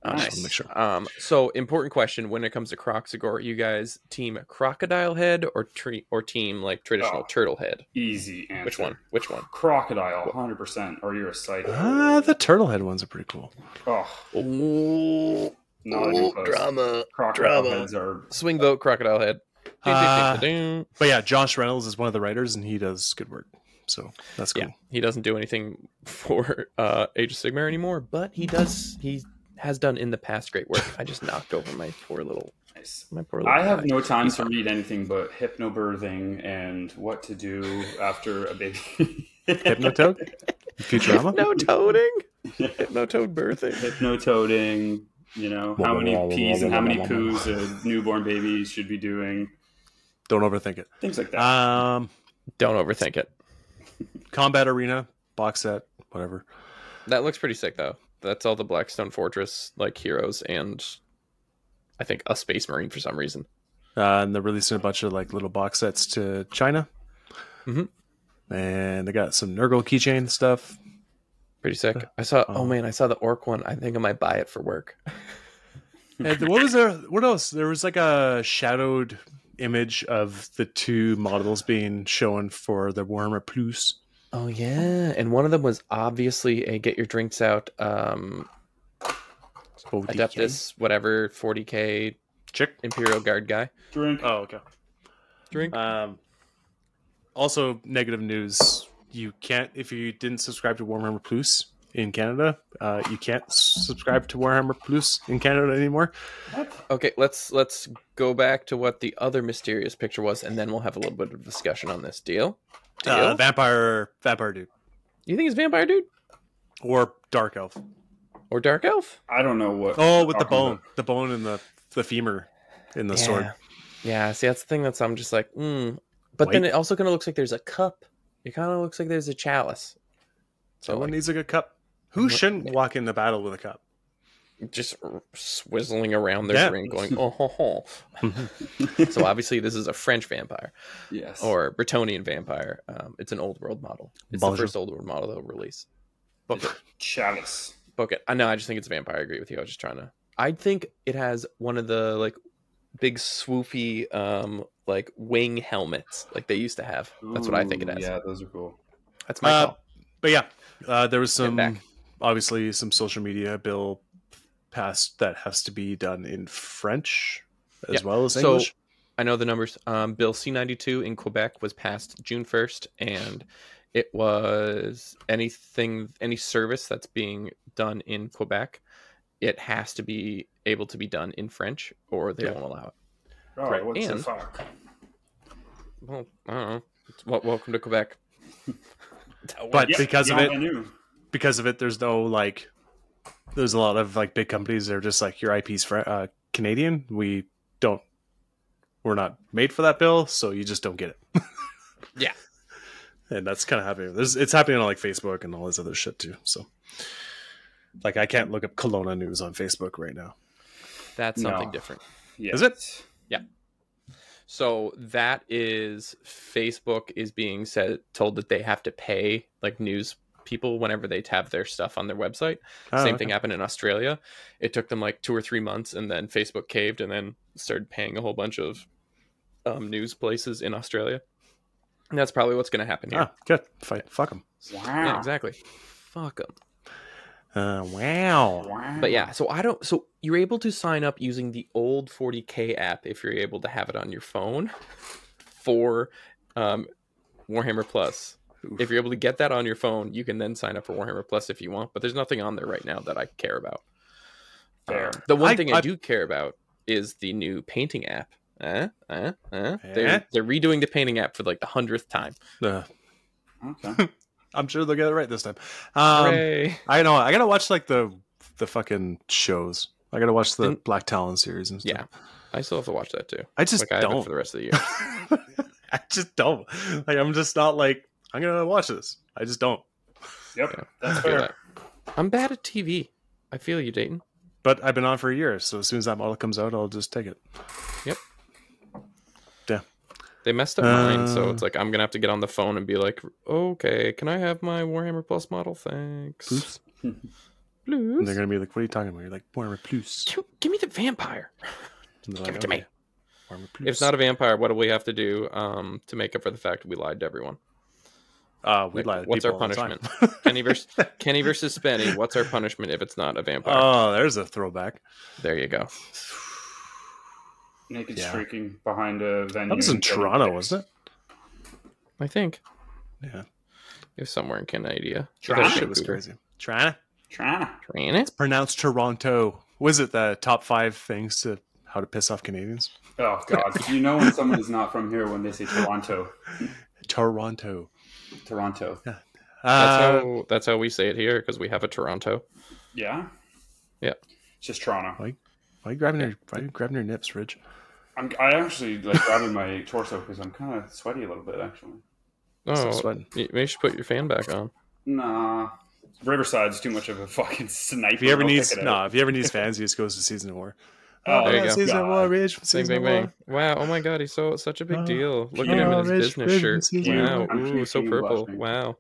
S1: Oh,
S2: Just
S3: Nice.
S2: wanna make sure.
S1: Um, so important question when it comes to Croxagore, you guys team crocodile head or tree or team like traditional
S3: Oh.
S1: turtle head?
S3: Easy answer.
S1: Which one? Which one?
S3: Crocodile, 100%, or you're a psycho.
S2: Ah, the turtle head ones are pretty cool.
S3: oh,
S1: Ooh,
S3: not even close.
S1: drama.
S3: Crocodile
S1: drama.
S3: heads are
S1: Swing vote crocodile head. Ding, ding, ding,
S2: Uh,
S1: ding, ding.
S2: But yeah, Josh Reynolds is one of the writers, and he does good work. So that's cool.
S1: yeah he doesn't do anything for uh age of sigmar anymore but he does he has done in the past great work i just knocked over my poor little
S3: Nice.
S1: my poor little
S3: I have
S1: guy.
S3: no time to read anything but hypnobirthing and what to do after a baby. <laughs>
S2: Hypnotoad? Futurama?
S1: <laughs> no toading
S3: <laughs>
S1: no toad birthing
S3: Hypnotoading, you know, how many peas and how many poos a newborn baby should be doing,
S2: Don't overthink it.
S3: things like that.
S1: Uh,
S2: Um,
S1: don't overthink it
S2: Combat Arena, box set, whatever.
S1: that looks pretty sick though that's all the blackstone fortress like heroes and i think a space marine for some reason
S2: Uh, and they're releasing a bunch of like little box sets to China.
S1: Mhm.
S2: Mm-hmm. And they got some Nurgle keychain stuff.
S1: pretty sick i saw oh
S2: Oh.
S1: man i saw the orc one i think i might buy it for work
S2: And what was there? What else? There was like a shadowed image of the two models being shown for the Warhammer Plus.
S1: Oh yeah, and one of them was obviously a get your drinks out um
S2: ODK.
S1: Adeptus whatever 40k
S2: chick.
S1: Imperial Guard guy.
S3: Drink.
S1: uh,
S2: Oh, okay.
S1: Drink.
S2: Um, also, negative news: you can't if you didn't subscribe to Warhammer Plus in Canada. Uh, you can't s- subscribe to Warhammer Plus in Canada anymore.
S1: Okay, let's let's go back to what the other mysterious picture was and then we'll have a little bit of discussion on this deal. Deal?
S2: Uh, vampire, vampire dude,
S1: you think it's vampire dude
S2: or dark elf.
S1: or dark elf?
S3: I don't know what.
S2: Oh, with the
S3: talking
S2: bone,
S3: about.
S2: the bone and the the femur in the sword.
S1: Yeah, see that's the thing that's I'm just like, mm. But then
S2: White.
S1: it also kind of looks like there's a cup. It kind of looks like there's a chalice. So
S2: Someone
S1: like,
S2: needs a good cup. Who
S1: What-
S2: shouldn't walk into battle with a cup?
S1: just r- swizzling around their
S2: Yeah.
S1: ring,
S2: <laughs>
S1: going, oh, ho, ho. so obviously this is a French vampire.
S3: Yes.
S1: or Bretonian vampire. Um, it's an old world model. It's
S2: Bonjour.
S1: the first old world model they'll release. Book it.
S3: chalice.
S1: Book it. I know. I just think it's a vampire. I agree with you. I was just trying to. I think it has one of the like big swoopy um like wing helmets like they used to have. That's what I think it
S3: Ooh,
S1: has.
S3: Yeah, those are cool.
S1: That's my
S2: Uh,
S1: call.
S2: But yeah, uh, there was
S1: Get back.
S2: some obviously some social media bill passed that has to be done in French as
S1: Yeah.
S2: well as
S1: So-
S2: English.
S1: I know the numbers. Um, Bill C ninety two in Quebec was passed June first, and it was anything any service that's being done in Quebec, it has to be able to be done in French, or they
S2: Yeah.
S1: won't allow it.
S3: Oh,
S1: Right,
S3: what the
S1: and-
S3: fuck?
S1: Well, I don't know. It's, wel- welcome to Quebec.
S2: But because of
S3: uh, yeah,
S2: it-
S3: I knew.
S2: Because of it, there's no like, there's a lot of like big companies that are just like your IP's fr- uh, Canadian. We don't, we're not made for that bill, so you just don't get it.
S1: <laughs> Yeah.
S2: and that's kind of happening. There's it's happening on like Facebook and all this other shit too. So, like, I can't look up Kelowna news on Facebook right now.
S1: That's something
S3: No.
S1: different.
S3: Yes.
S2: Is it?
S1: So that is Facebook is being said told that they have to pay like news people whenever they tab their stuff on their website.
S2: Oh,
S1: Same
S2: okay.
S1: thing happened in Australia. It took them like two or three months, and then Facebook caved, and then started paying a whole bunch of um, news places in Australia. And that's probably what's going to happen here.
S2: Ah, good. Fight. Fuck them.
S3: Wow.
S1: Yeah, exactly. Fuck them.
S2: Uh, wow.
S3: Wow.
S1: But yeah, so I don't. So you're able to sign up using the old 40k app if you're able to have it on your phone for um, Warhammer Plus. If you're able to get that on your phone, you can then sign up for Warhammer Plus if you want. But there's nothing on there right now that I care about.
S3: Fair.
S1: The one
S2: I-
S1: thing I,
S2: I-
S1: do care about is the new painting app. Eh? Eh? Eh?
S2: Eh?
S1: They're, they're redoing the painting app for like the hundredth time.
S2: Uh,
S1: <laughs>
S3: Okay.
S2: I'm sure they'll get it right this time. Um,
S1: Hooray.
S2: I know. I gotta watch like the the fucking shows. I gotta watch the
S1: And-
S2: Black Talon series and stuff.
S1: Mm. Yeah. I still have to watch that too.
S2: I just
S1: Like I have it
S2: don't.
S1: for the <laughs> rest of the year.
S2: <laughs> I just don't. Like I'm just not like I'm gonna watch this. I just don't.
S3: Yep.
S1: Yeah.
S3: That's
S1: I feel
S3: fair.
S1: that. I'm bad at TV. I feel you, Dayton.
S2: But I've been on for a year, so as soon as that model comes out, I'll just take it.
S1: They messed up mine, so
S2: Uh.
S1: it's like I'm gonna have to get on the phone and be like, "Okay, can I have my Warhammer Plus model? Thanks." <laughs>
S2: Plus.
S1: Plus.
S2: And they're gonna be like, "What are you talking about?" You're like, "Warhammer Plus."
S1: Give- Give me the vampire.
S2: And they're
S1: Give
S2: like,
S1: it to me.
S2: "Okay, Warhammer
S1: If it's not a vampire, what do we have to do um, to make up for the fact we lied to everyone?
S2: uh, we
S1: Like,
S2: lie to
S1: what's
S2: people
S1: our
S2: all the time.
S1: punishment?
S2: <laughs>
S1: Kenny versus Kenny versus Spenny. What's our punishment if it's not a vampire?
S2: oh, there's a throwback.
S1: there you go.
S3: Naked
S2: Yeah.
S3: streaking behind a venue.
S2: That was in Toronto, wasn't it?
S1: I think.
S2: Yeah.
S1: It was somewhere in Canada.
S2: That
S3: Toronto.
S2: shit was crazy. Toronto.
S3: Toronto.
S1: Toronto?
S2: Pronounced Toronto. Was it the top five things to how to piss off Canadians?
S3: Oh God!
S1: <laughs>
S3: you know when someone is not from here when they say Toronto,
S2: Toronto.
S3: Toronto.
S1: That's
S2: Uh,
S1: how that's how we say it here because we have a Toronto.
S3: Yeah.
S1: Yeah.
S3: It's just Toronto.
S2: why are you grabbing your why are you grabbing your nips, Ridge?
S3: I'm I actually like grabbing my torso because I'm kind of sweaty a little bit actually.
S2: Stop
S1: Oh,
S2: sweating.
S1: you maybe you should put your fan back on.
S3: Nah. Riverside's too much of a fucking sniper.
S2: If he ever
S3: They'll
S2: needs
S3: pick it
S2: no,
S3: up.
S2: if he ever <laughs> needs fans, he just goes to season of war.
S3: Oh,
S1: There you go.
S2: Season of war,
S3: God.
S2: Ridge.
S1: Bang,
S2: Season
S1: bang,
S2: of war.
S1: bang. Wow. Oh my God. He's so such a big
S2: Oh,
S1: deal. Look at him in his
S2: oh, Rich,
S1: business
S2: Rich,
S1: shirt.
S2: he's
S1: Wow.
S3: like-
S1: Ooh, so
S3: He's
S1: purple.
S3: blushing.
S1: Wow.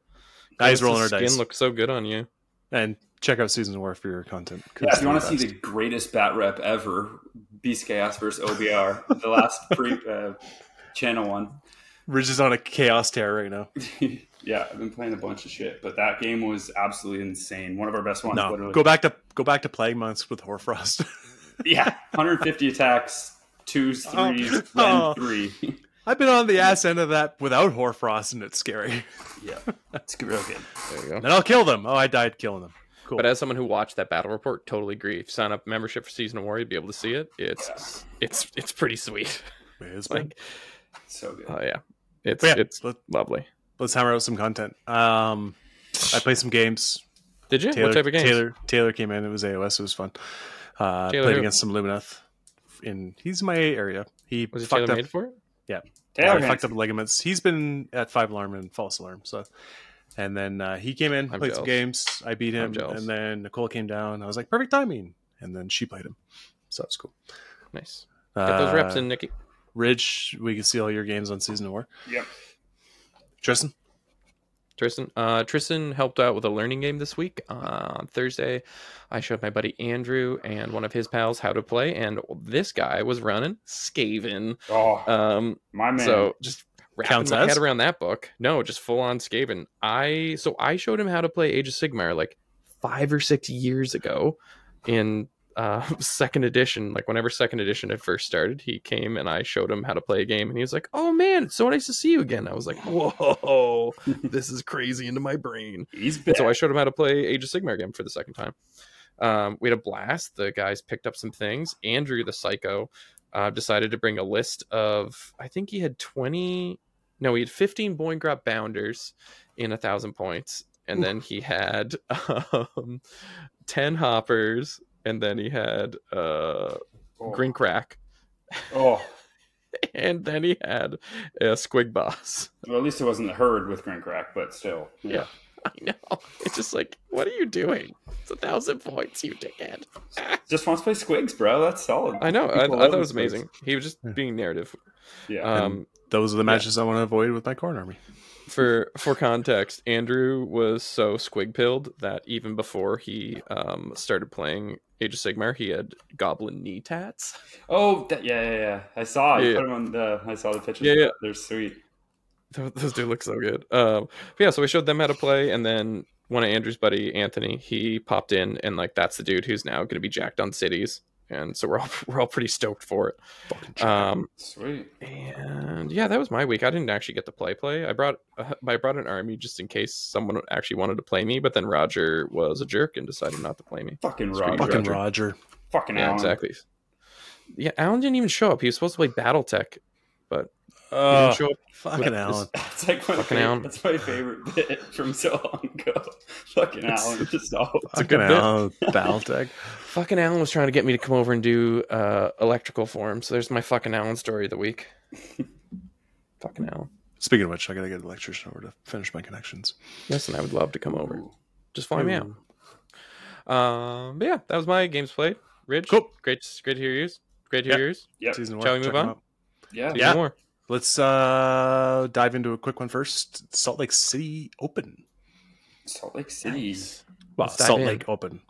S2: Now he's
S1: His
S2: rolling our
S1: skin
S2: dice.
S1: looks so good on you.
S2: and check out season of war for your content. 'cause
S3: Yeah, if you want to
S2: it's
S3: see the greatest bat rep ever, Beast Chaos versus OBR,
S1: <laughs>
S3: the last pre uh, channel one. <laughs>
S2: best. Ridge is on a chaos tear right now.
S3: yeah, I've been playing a bunch of shit, but that game was absolutely insane. One of our best ones,
S2: No,
S3: literally.
S2: go back to go back to plague months with Horfrost.
S3: <laughs> Yeah, 150 attacks,
S1: <laughs>
S3: twos,
S2: Oh.
S3: threes, and
S2: Oh.
S3: three.
S2: <laughs> I've been on the ass end of that without Horfrost, and it's scary.
S3: yeah, it's real good.
S1: There you go.
S2: Then I'll kill them. Oh, I died killing them. Cool.
S1: But as someone who watched that battle report, totally agree. If you sign up membership for season of war, you'd be able to see it. It's it's it's pretty sweet.
S2: <laughs> It's
S1: Like,
S3: So good.
S1: oh yeah, it's
S2: But yeah,
S1: it's
S2: let-
S1: lovely.
S2: let's hammer out some content. Um, I played
S1: <laughs>
S2: some games.
S1: Did you?
S2: Taylor,
S1: what type of game?
S2: Taylor Taylor came in. It was AOS. It was fun. Uh,
S1: Taylor
S2: played
S1: who?
S2: against some Lumineth. In he's my area. He
S1: Was it
S2: fucked
S1: Taylor
S2: up.
S1: made for it?
S2: Yeah,
S3: Taylor
S2: he fucked
S3: Hanson.
S2: up ligaments. He's been at five alarm and false alarm. So, and then uh, he came in,
S1: I'm
S2: played some
S1: jealous.
S2: games. I beat him,
S1: jealous.
S2: and then Nicole came down. I was like, perfect timing. And then she played him. So that's cool. Uh,
S1: Nice. Get those reps in, Nikki.
S2: Ridge, we can see all your games on season of war.
S3: Yep.
S2: Tristan,
S1: Tristan. Uh, Tristan helped out with a learning game this week. Uh, on Thursday, I showed my buddy Andrew and one of his pals how to play, and this guy was running Skaven.
S3: Oh,
S1: Um,
S3: my man.
S1: So just wrapping
S2: Counts
S1: my
S2: as?
S1: head around that book. No, just full on Skaven. I so I showed him how to play Age of Sigmar like five or six years ago in uh <laughs> second edition. Like whenever second edition had first started, he came and I showed him how to play a game and he was like, Oh man, it's so nice to see you again. I was like, <laughs> Whoa, this is crazy into my brain.
S3: he's been.
S1: And so I showed him how to play Age of Sigmar again for the second time. Um, we had a blast. The guys picked up some things. Andrew, the psycho, uh, decided to bring a list of, I think he had 20, no, he had 15 Boingrop bounders in a thousand points. And then he had <laughs> um, 10 hoppers. And then he had uh,
S3: oh,
S1: Green Crack. <laughs>
S3: oh,
S1: And then he had a Squig Boss. <laughs>
S3: well, at least it wasn't the herd with Green Crack, but still.
S1: Yeah. I know. It's just like, what are you doing? It's a thousand points, you dickhead.
S3: Just wants to play Squigs, bro. That's solid.
S1: I know. I, I
S3: People
S1: thought
S3: love
S1: it was
S3: Squigs.
S1: amazing. He was just
S2: Yeah.
S1: being narrative.
S3: Yeah.
S1: Um,
S2: those are the matches I want to avoid with my corn army.
S1: for for context, Andrew was so squig pilled that even before he um, started playing Age of Sigmar, he had goblin knee tats. <laughs>
S3: oh, that, yeah, yeah, yeah. I saw. it.
S1: Yeah,
S3: You
S1: yeah.
S3: put him on the. I saw the pictures.
S1: Yeah, yeah.
S3: They're sweet.
S1: Those, those do look so good. Um, but yeah, so we showed them how to play, and then one of Andrew's buddy, Anthony, he popped in, and like that's the dude who's now going to be jacked on cities, and so we're all <laughs> we're all pretty stoked for it. Um,
S3: Sweet.
S1: and yeah, that was my week. I didn't actually get to play play. I brought uh, I brought an army just in case someone actually wanted to play me, but then Roger was a jerk and decided not to play me.
S3: Fucking
S1: Sweet.
S3: Roger.
S2: Fucking
S3: Fucking,
S1: Roger.
S2: Roger.
S1: yeah,
S3: Alan. <laughs>
S1: exactly. Yeah, Alan didn't even show up. He was supposed to play BattleTech. He
S2: Oh,
S1: didn't show up.
S2: fucking Alan.
S3: That's like my
S1: Fucking
S3: favorite,
S1: Alan.
S3: That's my favorite <laughs> bit from so long ago. <laughs> Fucking Alan, just all
S1: a
S2: Fucking
S1: good bit. <laughs>
S2: Alan. Battletech.
S1: Fucking Alan was trying to get me to come over and do uh, electrical for him. So there's my fucking Alan story of the week.
S2: <laughs>
S1: fucking Alan.
S2: Speaking of which, I gotta get an electrician over to finish my connections.
S1: Yes, and I would love to come over. Just fly me out. Um, but yeah, that was my games played. Rich,
S2: Cool.
S1: Great, great to hear yours. Great to hear
S2: Yeah.
S1: yours.
S3: Yep.
S2: Season
S1: Shall we move
S2: check 'em
S1: on?
S2: out.
S3: Yeah.
S1: Do
S2: Yeah.
S1: more.
S2: Let's uh dive into a quick one first. Salt Lake City Open.
S3: Salt Lake City.
S2: Well,
S1: Let's dive
S2: Salt
S1: in.
S2: Lake Open.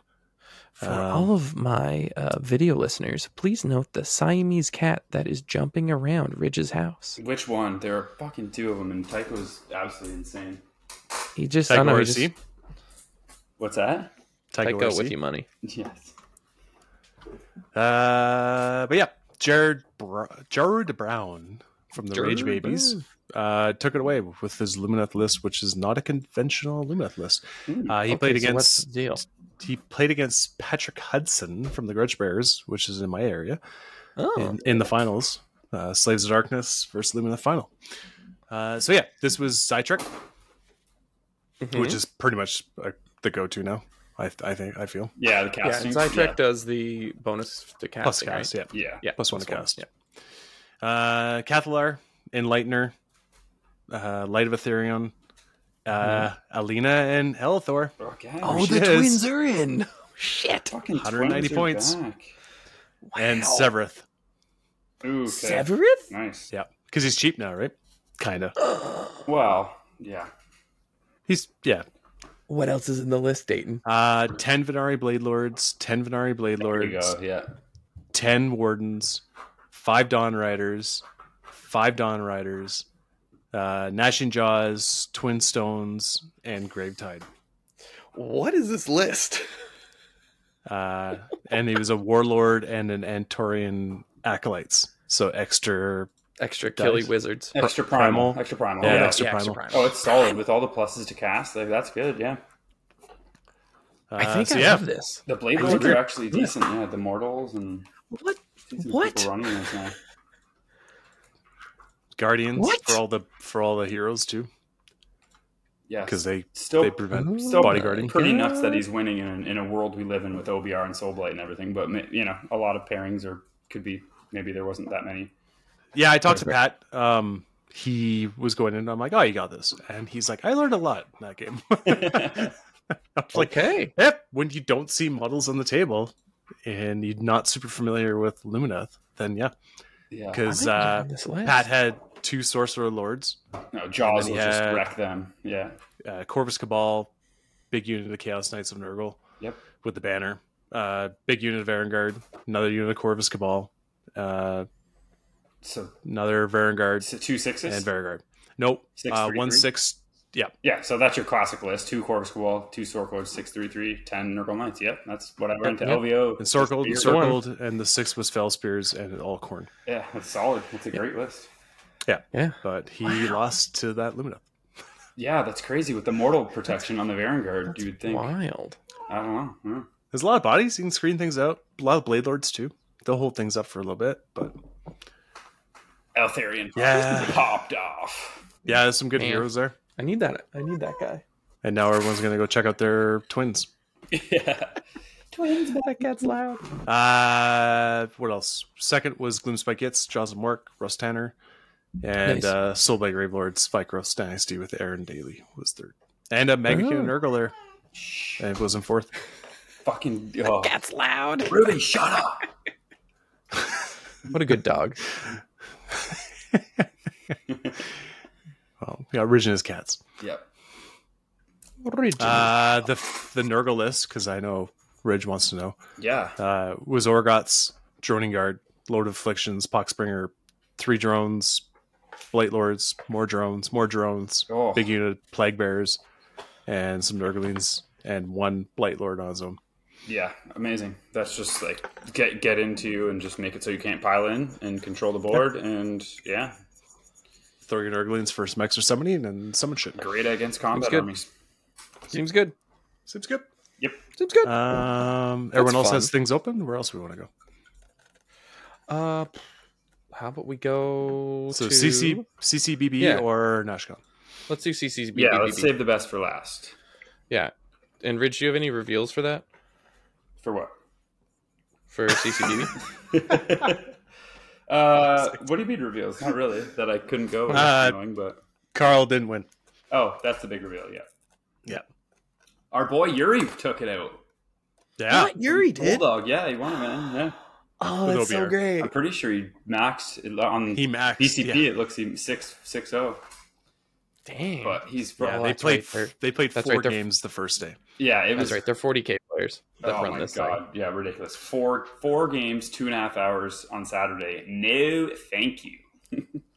S1: For
S2: Um,
S1: all of my uh, video listeners, please note the Siamese cat that is jumping around Ridge's house.
S3: Which one? There are fucking two of them, and Tycho's absolutely insane.
S1: He just, I
S2: Tycho
S1: don't know, he
S2: RC.
S1: just,
S3: What's that? <laughs>
S2: Tycho
S1: Tycho
S2: RC.
S1: with you money.
S3: Yes.
S2: Uh, but yeah, Jared Br- Jared Brown from the Rage Babies
S1: Durban.
S2: uh, took it away with his Lumineth list, which is not a conventional Lumineth list.
S3: Mm,
S2: Uh, he
S1: Okay,
S2: played
S1: so what's
S2: against
S1: the deal?
S2: he played against Patrick Hudson from the Grudge Bearers, which is in my area,
S1: Oh,
S2: in, in the finals. Uh, Slaves of Darkness versus Lumineth final. Uh, so yeah, this was Cytric,
S1: mhm.
S2: which is pretty much uh, the go-to now. I, I think I feel
S3: yeah, the
S1: yeah.
S3: casting.
S1: And Sidetrack does the bonus to casting,
S2: plus
S1: right?
S2: cast, yeah.
S3: yeah.
S1: Yeah,
S2: Plus one to cast.
S1: Yeah.
S2: Uh, Cathalar, Enlightener, uh, Light of Aetherion, uh,
S1: Mm-hmm.
S2: Alina, and Elithor.
S3: Okay.
S1: Oh,
S2: she
S1: the
S2: is.
S1: twins are in. <laughs> Oh, Shit.
S3: Fucking
S2: 190 points.
S3: twins are back.
S2: and
S1: Wow.
S2: Severeth.
S3: Ooh, okay.
S1: Severith?
S3: Nice.
S2: Yeah, because he's cheap now, right? Kinda.
S3: Well, yeah.
S2: He's yeah.
S1: What else is in the list, Dayton?
S2: Uh, ten Venari Blade Lords, ten Venari Blade
S3: There you
S2: Lords,
S3: go. Yeah.
S2: ten Wardens, five Dawn Riders, five Dawn Riders, uh, Gnashing Jaws, Twin Stones, and Gravetide.
S1: What is this list?
S2: uh, and he was a warlord and an Antorian acolytes. So extra,
S1: Extra
S2: Dice.
S1: killy wizards.
S3: Extra primal.
S2: primal.
S3: Extra primal.
S2: Yeah,
S3: Yeah.
S2: extra primal.
S3: Oh, it's solid with all the pluses to cast. Like, that's good. Yeah.
S2: uh,
S1: Oh, I think
S2: so
S1: I
S2: yeah,
S1: have this.
S3: The blade
S1: I
S3: lords
S1: wonder-
S3: are actually decent. Yeah, the mortals and
S1: What?
S3: see some
S1: What?
S3: people running those now.
S2: guardians
S1: What?
S2: for all the for all the heroes too,
S3: Yeah.
S2: because they
S3: still
S2: they
S1: Mm-hmm.
S2: prevent
S3: still
S2: bodyguarding.
S3: pretty nuts that he's winning in, in a world we live in with OBR and Soulblight and everything. But ma- you know, a lot of pairings or could be maybe there wasn't
S2: <laughs>
S3: that many. <laughs>
S2: Yeah, I talked to Pat. Um, he was going in. I'm like, oh, you got this, and he's like, I learned a lot in that game. I was like,
S1: Okay.
S2: yep. When you don't see models on the table, and you're not super familiar with Lumineth, then yeah,
S3: Yeah,
S2: because
S1: I might
S2: uh,
S1: have this list.
S2: Pat had two sorcerer lords.
S3: no, Jaws
S2: and
S3: will
S2: then he
S3: just
S2: had-
S3: wreck them. Yeah,
S2: uh, Corvus Cabal, big unit of the Chaos Knights of Nurgle
S3: yep.
S2: with the banner, uh, big unit of Erengard, another unit of Corvus Cabal, uh,
S3: So,
S2: another Varengard,
S3: so two
S2: and
S3: sixes.
S2: Varengard. Nope,
S3: Six,
S2: uh,
S3: three,
S2: one
S3: three?
S2: six. Yeah,
S3: yeah, so that's your classic list: two Corvus Cabal, two Sorclord, six three three, ten Nurgle Knights. Yep, that's what I ran to
S1: yep.
S3: LVO.
S2: encircled,
S3: Just beer.
S2: encircled, and the six was Fell Spears and an Alcorn.
S3: Yeah, that's solid. That's a great list.
S1: Yeah.
S2: But he lost to that Lumina.
S3: Yeah, that's crazy with the mortal protection on the Varengard. You would think.
S1: Wild.
S3: I don't know. Hmm. Yeah.
S2: There's a lot of bodies. You can screen things out. A lot of Blade Lords too. They'll hold things up for a little bit, but
S3: Eltharion
S2: Yeah.
S3: <laughs> popped off.
S2: yeah, there's some good
S1: Man.
S2: heroes there.
S1: I need that. I need that guy.
S2: And now everyone's gonna go check out their twins.
S3: Yeah.
S1: Twins, that gets loud.
S2: Uh, what else? Second was Gloom Spike Hits, Jaws of Mork, Russ Tanner, and
S1: Nice.
S2: uh, Soul by Gravelord, Spike Rust Dynasty with Aaron Daly was third. And a Mega King
S1: Oh.
S2: and Nurgle there. And it was in fourth.
S3: <laughs> Fucking oh.
S1: That's loud.
S3: Ruby, shut up.
S1: What a good <laughs> dog.
S2: Well, yeah, Origin is cats.
S3: Yep.
S2: Uh, the the Nurgle list, because I know Ridge wants to know,
S3: Yeah.
S2: uh, was Orgots, Droning Guard, Lord of Afflictions, Poxbringer, three drones, Blight Lords, more drones, more drones,
S3: Oh.
S2: big unit, Plague Bearers, and some Nurglings, and one Blight Lord on his own.
S3: Yeah. Amazing. That's just like get get into and just make it so you can't pile in and control the board and yeah,
S2: Throw your Nurglings for some extra summoning and summon shit.
S3: great against combat
S1: good.
S3: armies.
S1: Seems good.
S2: Seems good.
S3: Yep.
S1: Seems
S2: uh,
S1: good.
S2: Um, everyone else
S1: fun.
S2: has things open. Where else we want to go?
S1: Uh, how about we go
S2: So
S1: to
S2: CC, CCBB
S1: Yeah.
S2: or Nashcon?
S1: Let's do CC's BBB.
S3: Yeah. Let's save the best for last.
S1: Yeah. And Ridge, do you have any reveals for that?
S3: For <laughs> what?
S1: For CCBB?
S3: Uh, what do you mean reveals? Not really. That I couldn't go. With
S2: Uh,
S3: knowing, but
S2: Carl didn't win.
S3: oh, that's the big reveal. Yeah.
S2: Yeah.
S3: Our boy Yuri took it out.
S2: Yeah.
S1: Yuri
S3: Bulldog. Yeah, he won it, man. Yeah.
S1: Oh,
S2: With
S1: that's so
S2: OBR.
S1: great.
S3: I'm pretty sure he maxed it on
S2: He maxed.
S3: BCP.
S2: yeah.
S3: It looks he six six zero,
S1: Dang.
S3: but he's
S2: Yeah,
S1: Oh,
S2: they
S1: that's
S2: played.
S1: right, they're-
S2: They played
S1: that's
S2: four
S1: right, they're-
S2: games the first day.
S3: yeah, it
S1: That's
S3: was
S1: right. They're 40K players that
S3: oh
S1: run
S3: my
S1: this thing.
S3: god, yeah, ridiculous. Four four games, two and a half hours on Saturday. No, thank you.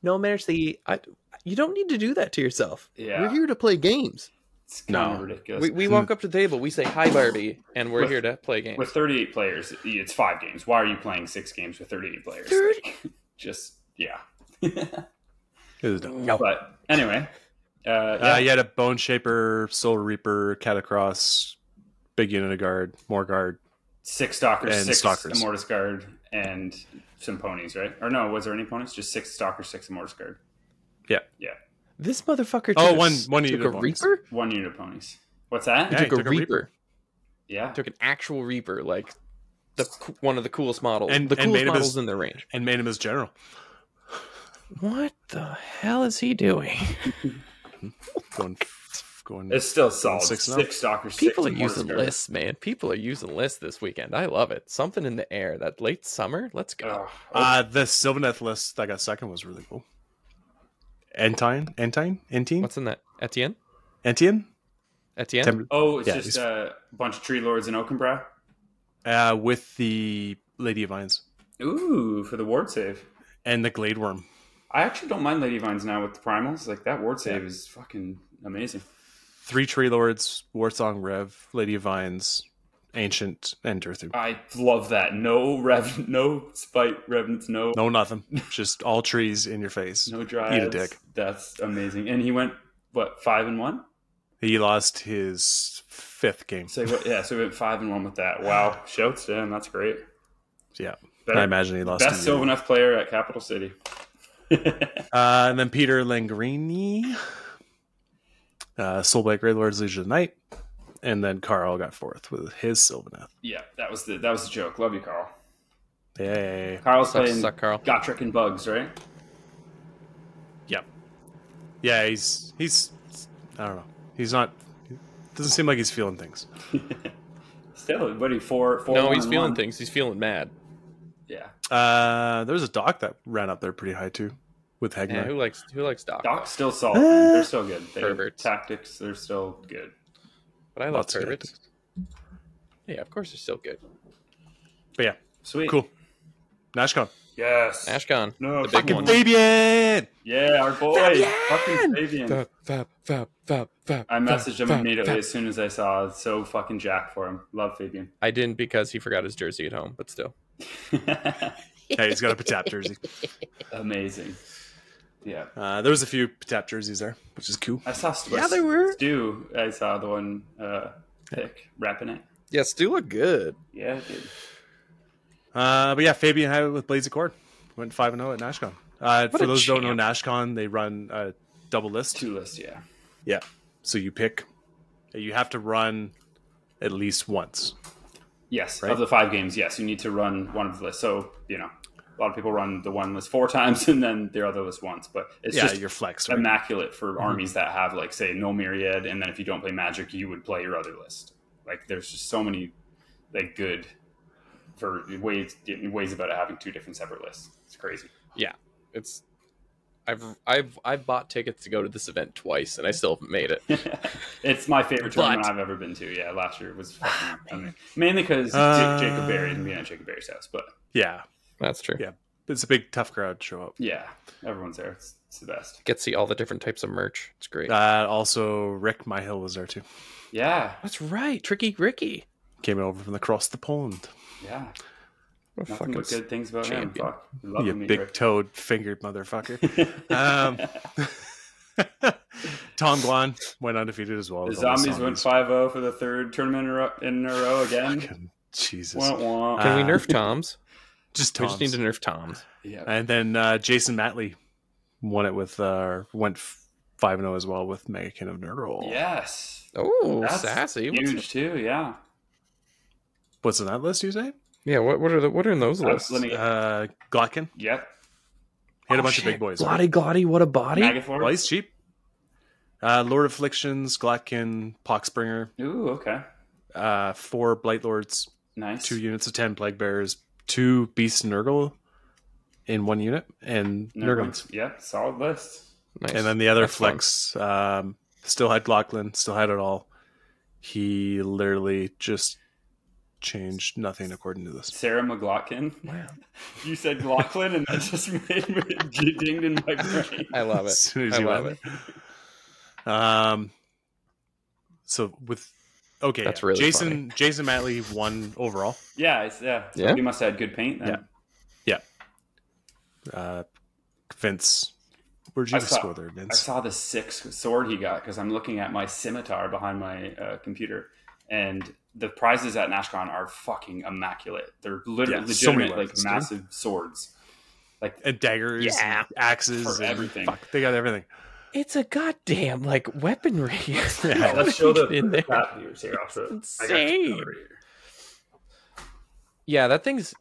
S1: No mercy. I, you don't need to do that to yourself.
S3: Yeah.
S1: We're here to play games.
S3: It's kind of
S2: No.
S3: ridiculous.
S1: We, we walk up to the table, we say, Hi, Barbie, and we're
S3: With-
S1: here to play games.
S3: with 38 players, it's <laughs> five games. Why are you playing six games with 38 players?
S1: Dude,
S3: Just yeah.
S2: It was dumb.
S1: No.
S3: But anyway, uh,
S2: Uh,
S3: yeah,
S2: you had a Bone Shaper, Soul Reaper, Catacross, Big Unit of Guard, More Guard.
S3: six stalkers,
S2: and
S3: six
S2: stalkers.
S3: Immortus guard, and some ponies, right? Or no, was there any ponies? Just six stalkers, six Immortus guard,
S1: This motherfucker. Took
S2: Oh,
S1: a,
S2: one-
S1: s-
S2: one
S1: took
S2: unit
S1: a
S2: of bonus.
S1: reaper.
S3: one unit of ponies. What's that?
S2: Yeah,
S1: He
S2: he
S1: took a
S2: took a
S1: reaper.
S2: Reaper.
S3: Yeah,
S1: Took an actual reaper, like the coo- one of the coolest models,
S2: And-
S1: the
S2: and
S1: coolest
S2: made him
S1: models
S2: his-
S1: in their range.
S2: And made him his general.
S1: What the hell is he doing?
S2: Going, going.
S3: it's still solid.
S2: Six
S3: Six,
S2: and up.
S1: <laughs>
S3: stalkers,
S1: People are
S3: six Immortus
S1: using
S3: guard.
S1: lists, man. People are using lists this weekend. I love it. Something in the air. That late summer. Let's go.
S3: Ugh.
S2: Uh, the Sylvaneth list that got second was really cool. Entine? Entine? Entine?
S1: What's in that? Etienne.
S2: Entine?
S1: Etienne.
S2: Tem-
S3: oh, it's
S2: yeah,
S3: just
S2: it's-
S3: uh, a bunch of tree lords in Oakenbrow.
S2: Uh, with the Lady of Vines
S3: Ooh, for the ward save.
S2: and the Glade Worm.
S3: I actually don't mind Lady Vines now with the primals. Like that ward save is fucking amazing.
S2: Three Tree Lords, Warsong Rev, Lady of Vines, Ancient, and Durthu.
S3: I love that. No rev, no spite revenants, no
S2: No,
S3: <laughs>
S2: nothing. Just all trees in your face.
S3: no drives.
S2: dick.
S3: That's amazing. And he went what five and one.
S2: He lost his fifth game.
S3: So he went, yeah, so we went five and one with
S2: <sighs>
S3: that. Wow, shouts to him. That's great.
S2: Yeah.
S3: Better-
S2: I imagine he lost.
S3: best
S2: to you.
S3: Sylvaneth player at Capital City.
S2: Uh, and then Peter Langrini, uh, Soulblade Grey Lords Legion of Night, and then Carl got fourth with his Sylvaneth.
S3: yeah, that was the that was the joke. Love you, Carl.
S2: Yay!
S3: Carl's
S1: Sucks to
S3: playing
S1: suck, Carl.
S3: Gotrek and Bugs, right?
S2: Yep. Yeah, he's he's I don't know. He's not. Doesn't seem like he's feeling things.
S3: Still, what are you, four four?
S1: no,
S3: one
S1: he's
S3: and
S1: feeling
S3: one?
S1: things. He's feeling mad.
S3: Yeah,
S2: Uh, there was a doc that ran up there pretty high too, with Hegner.
S1: Yeah, who likes who likes Doc?
S3: Doc's
S2: <gasps>
S3: still solid. man. They're still good. They
S1: Perverts.
S3: tactics. They're still good.
S1: But I love
S2: Lots of
S1: perverts. Yeah, of course they're still good.
S2: but yeah,
S3: Sweet.
S2: cool. Nashcon.
S3: Yes.
S1: Ashcon.
S3: No,
S1: the big
S3: fucking
S1: one.
S3: Fabian!
S2: Fabian.
S3: Yeah, our boy, fucking Fabian.
S1: Fab, fab, fab, fab, fab,
S3: I messaged him
S1: fab,
S3: immediately
S1: fab.
S3: as soon as I saw. it. So fucking jack for him. Love Fabian. <laughs>
S1: I didn't because he forgot his jersey at home, but still.
S2: Hey, he's got a
S1: <laughs>
S2: Patap jersey.
S3: Amazing. Yeah,
S2: Uh, there was a few Patap jerseys there, which is cool.
S3: I saw. Stu-
S1: Yeah, there were.
S3: Stu, I saw the one uh, pick wrapping it.
S1: Yeah, Stu look good.
S3: Yeah, dude.
S2: Uh, but yeah, Fabian had it with Blades of Cord. Went five and zero at Nashcon. Uh,
S1: What
S2: for
S1: a
S2: those who don't know Nashcon, they run a double list.
S3: two list. Yeah,
S2: Yeah, so you pick. You have to run at least once.
S3: yes.
S2: Right.
S3: Of the five games, yes, you need to run one of the lists. So you know, a lot of people run the one list four <laughs> times and then their other list once. But it's
S2: yeah,
S3: just
S2: your flex. Right? Mm-hmm.
S3: immaculate for armies that have like say no myriad, and then if you don't play magic, you would play your other list. Like there's just so many like good for ways ways about it having two different separate lists. It's crazy. <laughs>
S1: Yeah. It's I've I've I've bought tickets to go to this event twice and I still haven't made it.
S3: It's my favorite
S1: But-
S3: tournament I've ever been to. Yeah, last year was fucking amazing. mainly because
S2: Ah, Uh,
S3: Jacob Berry and being at Jacob Berry's house, but
S2: Yeah,
S1: That's true.
S2: Yeah. it's a big tough crowd to show up.
S3: yeah, everyone's there. It's, it's the best.
S1: Get to see all the different types of merch. It's great.
S2: Uh, also, Rick Myhill was there too.
S3: Yeah,
S1: That's right. Tricky Ricky.
S2: Came over from across the pond.
S3: yeah.
S1: What a
S3: Nothing
S1: fucking
S3: but good things about
S1: champion.
S3: him. Fuck, We love
S2: you
S3: him.
S2: big toed fingered motherfucker. <laughs> um, Tom Guan went undefeated as well.
S3: the
S2: with all
S3: zombies went 5-0 for the third tournament in a row, in a row
S2: <laughs>
S3: again.
S2: Fucking Jesus.
S3: Wah, wah.
S1: Can
S2: Uh,
S1: we nerf Toms?
S2: just
S1: We
S2: <laughs> Tom's.
S1: just need to nerf Toms.
S3: yeah.
S2: And then uh, Jason Matley won it with uh, went five and zero as well with Mega King of Nerdroll.
S3: Yes.
S1: Oh,
S3: That's
S1: sassy. What's-
S3: Huge too. Yeah.
S2: What's in that list? You say?
S1: yeah, what, what are the what are in those
S3: Uh,
S1: lists?
S3: Let me.
S2: Uh, Glotkin.
S1: Oh,
S3: yep.
S2: He had a bunch of big boys.
S1: Glotty glotty, what a body.
S3: Magaflor.
S2: Well, he's cheap. Uh, Lord Afflictions, Glotkin, Poxbringer,
S3: Ooh. Okay.
S2: uh, four Blight Lords,
S3: Nice.
S2: two units of ten Plague Bearers, two Beast Nurgle in one unit, and
S3: Never mind.
S2: Nurglings.
S3: Yep. Solid list.
S1: Nice.
S2: And then the other
S1: That's fun.
S2: flex um, still had Lachlan, still had it all. He literally just changed nothing according to this.
S3: Sarah McLaughlin.
S1: Wow.
S3: You said Lachlan, and that just <laughs> made me it dinged in my brain.
S1: I love it.
S2: <laughs> As soon as
S1: I
S2: you
S1: love
S2: went. Um, so with okay,
S1: That's
S2: yeah.
S1: really
S2: Jason Jason Matley won overall.
S3: Yeah. It's, yeah.
S1: Yeah?
S3: Somebody must have had good paint then.
S2: Yeah. Uh, Vince Where'd
S3: I
S2: you
S3: saw-
S2: score there,
S3: I
S2: Vince?
S3: saw the six sword he got because I'm looking at my scimitar behind my uh, computer, and the prizes at Nashcon are fucking immaculate. They're literally
S2: Yeah, so many
S3: legitimate, like
S2: weapons, dude.
S3: massive swords.
S2: And daggers,
S1: Yeah.
S2: and axes,
S3: For
S2: and-
S3: everything.
S2: Fuck, they got everything.
S1: It's a goddamn like weaponry.
S2: <laughs>
S1: <laughs>
S2: Yeah,
S3: let's show the,
S1: in
S2: <laughs>
S3: in
S1: there.
S3: top viewers here. I'll show.
S1: It's
S3: I got it
S1: insane.
S3: over here.
S1: Yeah, that thing's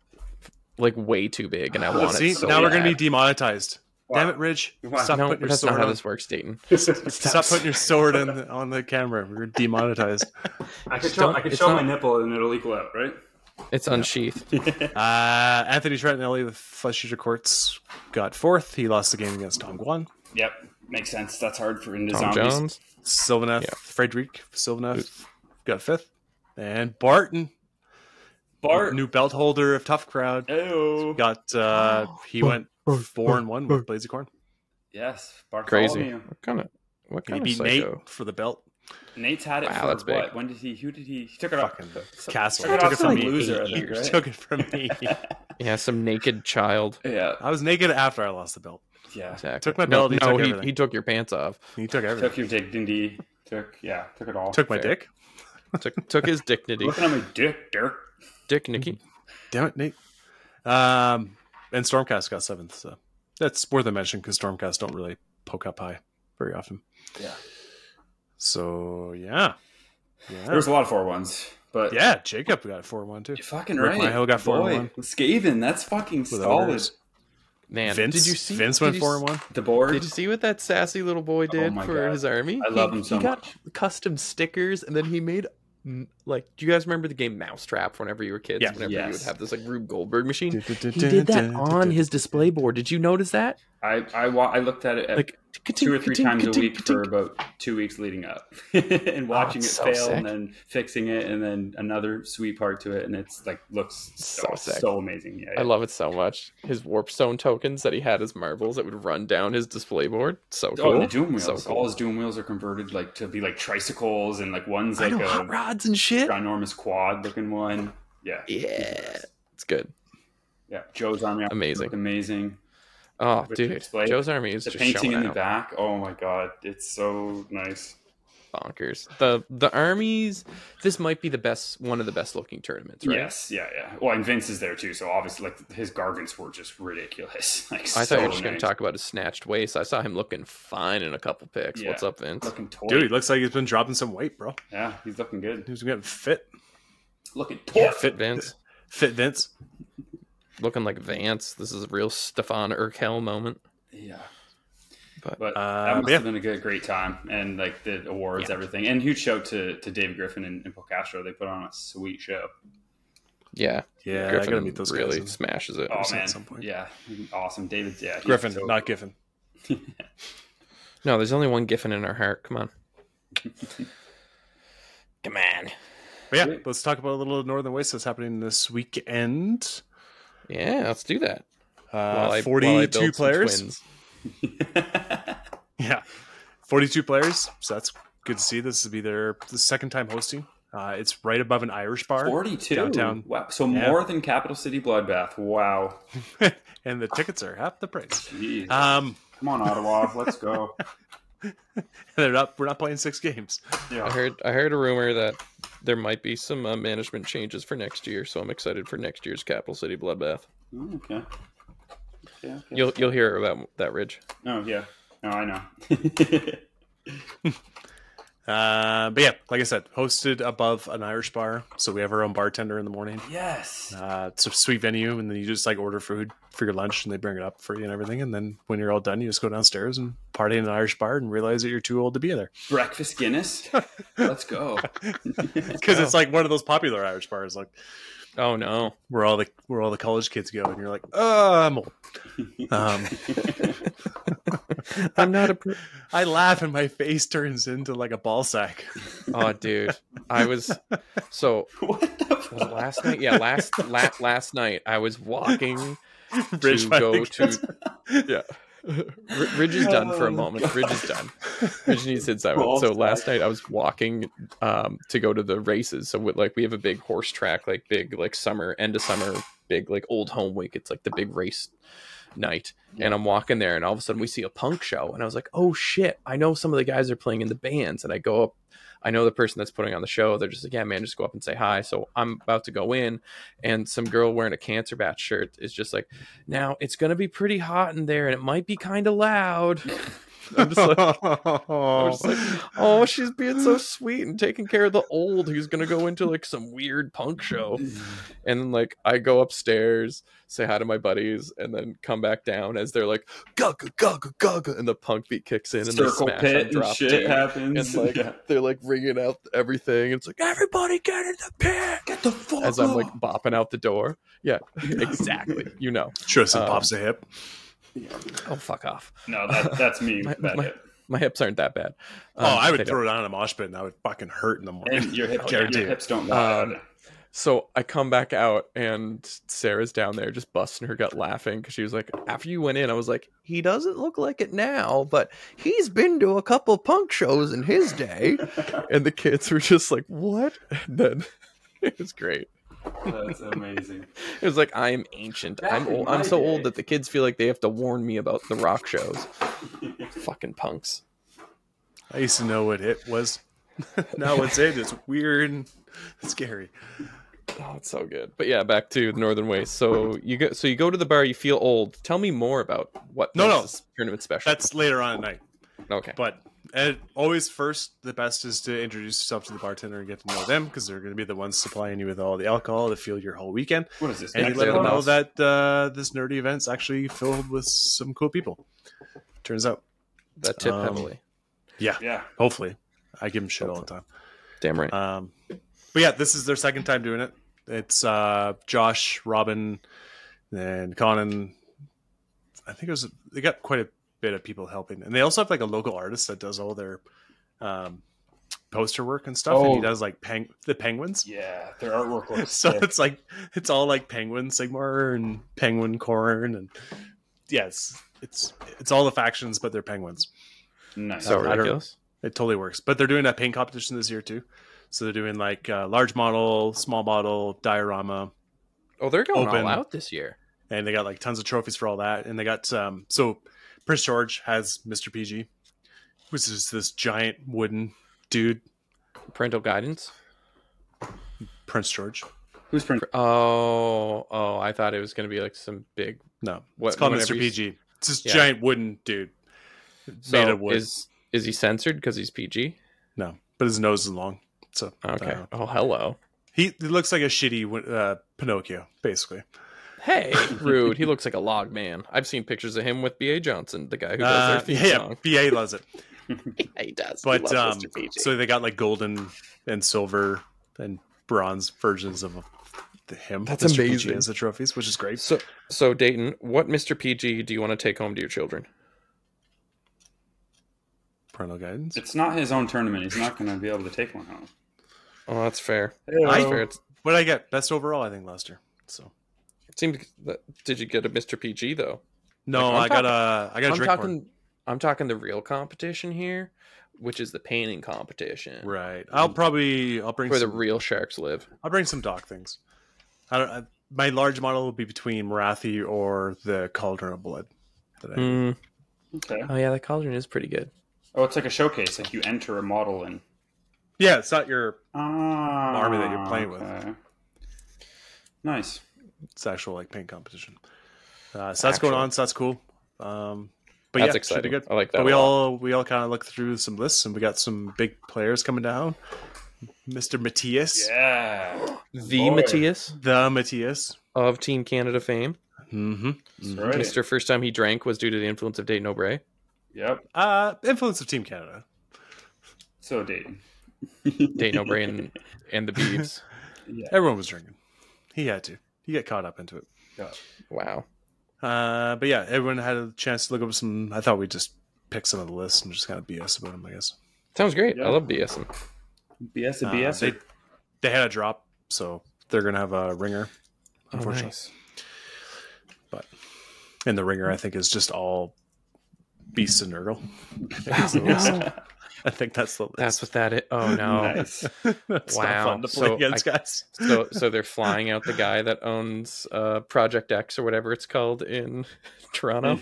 S1: like way too big, and I want
S2: See,
S1: it. So
S2: now we're gonna be
S1: bad.
S2: demonetized.
S3: Wow.
S2: Damn it, Ridge!
S3: Wow.
S2: Stop
S1: No,
S2: putting your
S1: that's not
S2: sword
S1: how
S2: on.
S1: this works, Dayton.
S3: <laughs>
S2: Stop putting your sword in the, on the camera. We're demonetized.
S3: I could
S1: Just
S3: show,
S1: don't-
S3: I could
S1: it's
S3: show
S1: not-
S3: my nipple and it'll equal out, right?
S1: It's unsheathed.
S2: Uh, Anthony Trentinelli, the Flesh Eater Courts, got fourth. He lost the game against Tom Guan.
S3: Yep, makes sense. That's hard for into
S1: Tom
S3: zombies.
S1: Jones.
S2: Sylvaneth,
S1: Yeah.
S2: Frederick Sylvaneth got fifth. And Barton,
S3: Bart, Oh.
S2: new belt holder of Tough Crowd,
S3: Ayo.
S2: got uh
S1: Oh.
S2: he went four and one with Blazy Corn.
S3: yes, Bart.
S1: Crazy. What kind of what
S2: He
S1: kind of
S2: beat Nate
S1: psycho?
S2: for the belt.
S3: Nate's had it
S1: Wow,
S3: for
S1: that's big.
S3: what? When did he? Who did he? He took it off.
S2: Fucking
S3: So-
S2: Castle.
S3: Took it
S2: Took
S3: off
S2: it
S3: some
S2: from me
S3: loser, I
S1: eight
S2: <laughs>
S3: think,
S1: years.
S3: right?
S2: Took it from me.
S1: Yeah, some naked child.
S3: yeah,
S2: I was naked after I lost the belt.
S3: yeah.
S1: Exactly.
S2: Took my
S1: no,
S2: belt, he
S1: no,
S2: took
S1: he,
S2: everything.
S1: he took your pants off.
S2: He took everything.
S3: Took your dick, didn't he? Took yeah, took it all.
S2: Took my
S1: Fair.
S2: dick.
S1: took took his
S2: <laughs>
S1: dignity.
S3: Looking at my dick, Dirk.
S1: Dick Nicky.
S2: Damn it, Nate. Um, and Stormcast got seventh, so that's worth a mention because Stormcast don't really poke up high very often.
S3: Yeah.
S2: So yeah, yeah,
S3: There was a lot of four ones, but
S2: yeah. Jacob got four one too.
S3: you're fucking
S2: Rick
S3: right.
S2: Myhill got four
S3: Boy,
S2: and
S3: Skaven, that's fucking
S2: With
S3: solid.
S2: others.
S1: Man,
S2: Vince,
S1: did you see
S2: Vince
S1: did
S2: went
S1: you
S2: four
S1: s-
S2: and one.
S3: The board.
S1: Did you see what that sassy little boy did
S3: Oh my
S1: for
S3: God.
S1: his army?
S3: I love him so
S1: he got custom stickers, and then he made mm, like. Do you guys remember the game Mousetrap? Whenever you were kids,
S2: Yeah.
S1: whenever you would
S3: Yes.
S1: have this like Rube Goldberg machine, he did that on his display board. Did you notice that?
S3: I I, wa- I looked at it at
S1: Like
S3: two or three
S1: ka-tink,
S3: times a
S1: ka-tink,
S3: week
S1: ka-tink.
S3: for about two weeks leading up, <laughs> and watching it
S1: it's so
S3: fail,
S1: sick.
S3: and then fixing it, and then another sweet part to it, and it's like looks so
S1: So sick.
S3: so amazing. Yeah,
S1: I
S3: yeah.
S1: love it so much. His warp stone tokens that he had as marbles that would run down his display board. So
S3: Oh,
S1: cool.
S3: and the doom wheels!
S1: So
S3: All
S1: cool.
S3: his doom wheels are converted like to be like tricycles, and like one's
S1: I
S3: like um,
S1: know
S3: a
S1: hot rods and shit.
S3: ginormous quad looking one. Yeah,
S1: Yeah, it's good.
S3: yeah. Joe's army,
S1: Amazing.
S3: looked amazing.
S1: Oh,
S3: Which
S1: dude,
S3: display-
S1: Joe's army is
S3: the
S1: just
S3: painting
S1: showing
S3: in the
S1: out.
S3: back. Oh my god, it's so nice.
S1: bonkers. The the armies. This might be the best one of the best looking tournaments, right?
S3: Yes, yeah, yeah. Well, and Vince is there too, so obviously, like his gargants were just ridiculous. <laughs> Like,
S1: I thought
S3: so
S1: you were just going
S3: nice.
S1: to talk about his snatched waist. I saw him looking fine in a couple picks.
S3: Yeah.
S1: What's up, Vince?
S3: Looking toy.
S2: Dude, he looks like he's been dropping some weight, bro.
S3: Yeah, he's looking good.
S2: He's getting fit,
S3: Looking toy.
S1: Fit Vince,
S2: fit Vince.
S1: looking like Vance. This is a real Stefan Urkel moment.
S3: Yeah.
S1: But-
S3: But,
S2: Uh,
S3: that must
S2: yeah.
S3: have been a good, great time, and like the awards, everything, and huge shout to to Dave Griffin and, and Paul Castro. They put on a sweet show.
S1: Yeah,
S2: Yeah, I
S1: Griffin
S2: gotta meet those
S1: really
S2: guys.
S1: smashes it.
S3: Oh
S2: at
S3: man,
S2: some point.
S3: yeah, awesome. David's yeah, he's
S2: Griffin,
S3: <laughs> so-
S2: not Giffen.
S1: No, there's only one Giffen in our heart.
S3: <laughs>
S1: Come on. Come on.
S2: But yeah, let's talk about a little Northern Waste that's happening this weekend.
S1: Yeah, let's do that.
S2: Uh,
S1: While I- while I build
S2: Forty-two
S1: some
S2: players.
S1: twins.
S2: Yeah, forty-two players. So that's good to see. This will be their the second time hosting. Uh, it's right above an Irish bar,
S3: Forty-two.
S2: Downtown.
S3: Wow. So
S2: Yeah.
S3: more than Capital City Bloodbath. Wow.
S2: and the tickets are half the price.
S3: Jeez.
S2: Um, <laughs>
S3: Come on, Ottawa. Let's go.
S2: they're not. We're not playing six games.
S1: I
S3: Yeah.
S1: heard I heard a rumor that there might be some uh, management changes for next year, so I'm excited for next year's Capital City Bloodbath.
S3: Mm, Okay. Yeah. Okay.
S1: You'll you'll hear about that, Ridge.
S3: No. Yeah. No, I know. <laughs>
S2: Uh, but yeah, like I said, hosted above an Irish bar, so we have our own bartender in the morning.
S3: yes.
S2: Uh, it's a sweet venue, and then you just like order food for your lunch, and they bring it up for you and everything. And then when you're all done, you just go downstairs and party in an Irish bar and realize that you're too old to be there
S3: Breakfast
S2: <laughs>
S3: Guinness. Let's go.
S2: because it's like one of those popular Irish bars, like
S1: Oh no.
S2: where all the where all the college kids go, and you're like, oh,
S1: <laughs>
S2: I'm old. Um,
S1: I'm not a pro-
S2: I laugh, and my face turns into like a ball sack. <laughs>
S1: Oh dude. I was so
S3: What the
S1: was it last night? Yeah, last la- last night I was walking
S2: Rich
S1: to
S2: by the
S1: go
S2: kids.
S1: to yeah. R- Ridge is done for a moment. Ridge is done. Ridge needs his time.
S3: Well,
S1: So last night I was walking um, to go to the races. So with, like we have a big horse track, like big like summer end of summer big like old home week. It's like the big race night. And I'm walking there and all of a sudden we see a punk show. And I was like, oh shit, I know some of the guys are playing in the bands. And I go up, I know the person that's putting on the show. They're just like, yeah, man, just go up and say hi. So I'm about to go in and some girl wearing a cancer bat shirt is just like, now it's going to be pretty hot in there and it might be kind of loud. <laughs> I'm just like,
S2: <laughs>
S1: I was just like, <sighs> oh, she's being so sweet and taking care of the old who's gonna go into like some weird punk show. And then like I go upstairs, say hi to my buddies, and then come back down as they're like gaga gaga gaga, and the punk beat kicks in and
S3: Circle
S1: they smash
S3: pit
S1: on
S3: and
S1: drop
S3: shit
S1: Dead.
S3: happens.
S1: And like
S3: <laughs> Yeah.
S1: they're like ringing out everything. It's like everybody get in the pit, get the fuck as I'm like bopping out the door. <laughs> Yeah, exactly. You know.
S2: Tristan
S1: Um,
S2: pops a hip.
S1: Oh fuck off.
S3: No, that, that's
S1: <laughs>
S3: me.
S1: My-
S3: that
S1: my-
S3: hip.
S1: My hips aren't that bad.
S2: Oh,
S1: Um,
S2: I
S1: they
S2: would
S1: don't-
S2: throw it on in a mosh pit and I would fucking hurt in
S1: <laughs>
S2: the morning.
S3: And your, hip,
S2: Guaranteed.
S3: your hips don't lie.
S1: Oh, Um, So I come back out and Sarah's down there just busting her gut laughing because she was like, after you went in, I was like, he doesn't look like it now, but he's been to a couple punk shows in his
S3: <laughs>
S1: day. and the kids were just like, what? And then <laughs> it was great.
S3: that's amazing.
S1: It was like, I am ancient. I'm
S3: Back in
S1: old. I'm
S3: my
S1: so old
S3: day.
S1: that the kids feel like they have to warn me about the rock
S3: <laughs>
S1: shows. Fucking punks.
S2: I used to know what hip was. <laughs> now it's it. It's weird and scary.
S1: Oh, it's so good. But yeah, back to the Northern Waste. So you go, so you go to the bar, you feel old. Tell me more about what
S2: No,
S1: makes
S2: no.
S1: this tournament special.
S2: That's later on at night.
S1: okay.
S2: But and always first, the best is to introduce yourself to the bartender and get to know them because they're going to be the ones supplying you with all the alcohol to fuel your whole weekend.
S3: What is this?
S2: And you
S3: next
S2: let them
S3: level?
S2: know that uh, this nerdy event's actually filled with some cool people. Turns out,
S1: That tip
S2: Um,
S1: heavily.
S2: yeah,
S3: Yeah.
S2: hopefully, I give them shit all the time.
S1: Damn right.
S2: Um, but yeah, this is their second time doing it. It's uh, Josh, Robin, and Conan. I think it was they got quite a bit of people helping, and they also have like a local artist that does all their um, poster work and stuff. And he
S3: Oh.
S2: does like peng- the penguins.
S3: Yeah, their
S1: <laughs>
S3: artwork
S2: <laughs>
S3: looks
S2: So
S3: sick.
S2: it's like it's all like penguin Sigmar and penguin corn and yes, it's it's all the factions but they're penguins.
S3: nice.
S1: so
S2: I don't-
S1: ridiculous.
S2: It totally works. But they're doing a paint competition this year too. So they're doing like uh, large model, small model, diorama,
S1: Oh, they're going
S2: Open.
S1: all out this year.
S2: and they got like tons of trophies for all that. And they got um, so Prince George has Mr. PG, which is this giant wooden dude,
S1: Parental guidance.
S2: Prince George.
S3: Who's print?
S1: Oh, oh, I thought it was going to be like some big.
S2: No,
S1: What-
S2: it's called
S1: whenever
S2: Mr.
S1: you-
S2: PG. It's this
S1: Yeah.
S2: giant wooden dude made
S1: So
S2: of wood.
S1: is is he censored because he's PG?
S2: No, but his nose is long. So
S1: Okay.
S2: uh,
S1: oh, hello.
S2: he, he looks like a shitty uh, Pinocchio, basically. <laughs>
S1: Hey, rude. he looks like a log man. I've seen pictures of him with B.A. Johnson, the guy who does
S2: Uh,
S1: their theme
S2: yeah,
S1: song.
S2: BA
S1: <laughs>
S2: loves it.
S1: Yeah, he does. He
S2: But
S1: loves
S2: um,
S1: Mr. PG.
S2: so they got like golden and silver and bronze versions of the him.
S1: That's
S2: Mr. PG
S1: amazing.
S2: As the trophies, which is great.
S1: so so Dayton, what Mr. PG do you want to take home to your children?
S2: Parental guidance.
S3: It's not his own tournament. He's not going to be able to take one home.
S1: Oh, that's fair. That's fair.
S2: I,
S1: It's,
S2: what did I get? Best overall, I think, last year. So
S1: it seemed that did you get a Mr. PG though?
S2: no,
S1: I'm
S2: I got
S1: talking-
S2: a I got a
S1: I'm
S2: drink
S1: talking.
S2: horn.
S1: I'm talking the real competition here, which is the painting competition
S2: Right. I'll probably I'll bring
S1: where the
S2: some,
S1: real sharks live.
S2: I'll bring some dock things. I don't. I, my large model will be between Marathi or the Cauldron of Blood. That I,
S1: Hmm.
S3: Okay.
S1: Oh yeah, that cauldron is pretty good.
S3: Oh, it's like a showcase. Like you enter a model and
S2: Yeah, it's not your
S3: ah,
S2: Army that you're playing with.
S3: okay. Nice.
S2: it's actual like paint competition. Uh, so that's going
S1: Actual.
S2: on. So that's cool. Um, but
S1: That's
S2: yeah, should be
S1: exciting.
S2: good.
S1: I like that.
S2: But we
S1: a lot.
S2: all we all kind of looked through some lists, and we got some big players coming down. Mr. Matthias,
S3: Yeah.
S1: the
S3: Boy.
S1: Matthias
S2: the Matthias.
S1: of Team Canada fame.
S2: Mm-hmm.
S3: That's right.
S1: Mr. First time he drank was due to the influence of Dayton O'Bray.
S3: Yep.
S2: Uh, influence of Team Canada.
S3: So Dayton.
S1: Dayton O'Bray and, and the
S2: <laughs>
S1: Beeves.
S3: Yeah.
S1: Uh,
S2: Everyone was drinking. He had to. He got caught up into it.
S1: Wow.
S2: Uh, but yeah, everyone had a chance to look up some. I thought we'd just pick some of the lists and just kind of BS about them. I guess.
S1: Sounds great.
S3: Yeah.
S1: I love
S2: <laughs>
S1: BSing.
S3: BS a
S2: Uh,
S1: <laughs>
S3: BS.
S2: they, they had a drop, so they're gonna have a ringer. Unfortunately. And the ringer, I think, is just all Beast and Nurgle. I think is the list. <laughs> I think that's the list.
S1: Oh, That's what that is. Oh no.
S3: <laughs> Nice.
S2: That's
S1: Wow.
S2: not fun to play
S1: So
S2: against,
S1: I-
S2: guys. <laughs>
S1: So so they're flying out the guy that owns uh Project X or whatever it's called in <laughs>
S2: <laughs>
S1: Toronto.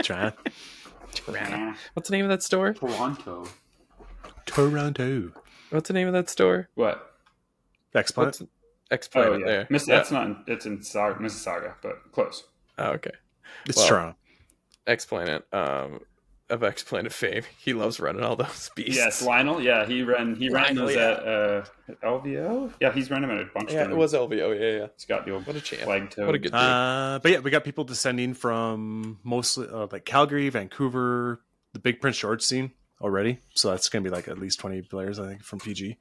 S2: Try-
S1: Toronto. What's the name of that store?
S3: Toronto.
S2: Toronto.
S1: What's the name of that store?
S3: What?
S2: Xbox.
S1: What's X
S3: Oh
S1: Planet
S3: yeah,
S1: there?
S3: Miss,
S1: Yeah.
S3: that's not. It's in Saga, Mississauga, but close.
S1: Oh, okay.
S2: It's
S1: well,
S2: Toronto.
S1: X Planet, um of X Planet fame. <laughs> He loves running all those beasts.
S3: Yes, Lionel. Yeah, he ran. He ran
S1: Lionel,
S3: those
S1: yeah.
S3: at, uh, at LVO. Yeah, he's run them at a bunch.
S1: Yeah,
S3: of
S1: it was LVO, yeah, yeah.
S3: He's got the old
S1: What a champ.
S3: flag toe.
S1: What a good dude.
S2: Uh, but yeah, we got people descending from mostly uh, like Calgary, Vancouver, the Big Prince George scene already. So that's gonna be like at least twenty players, I think, from PG.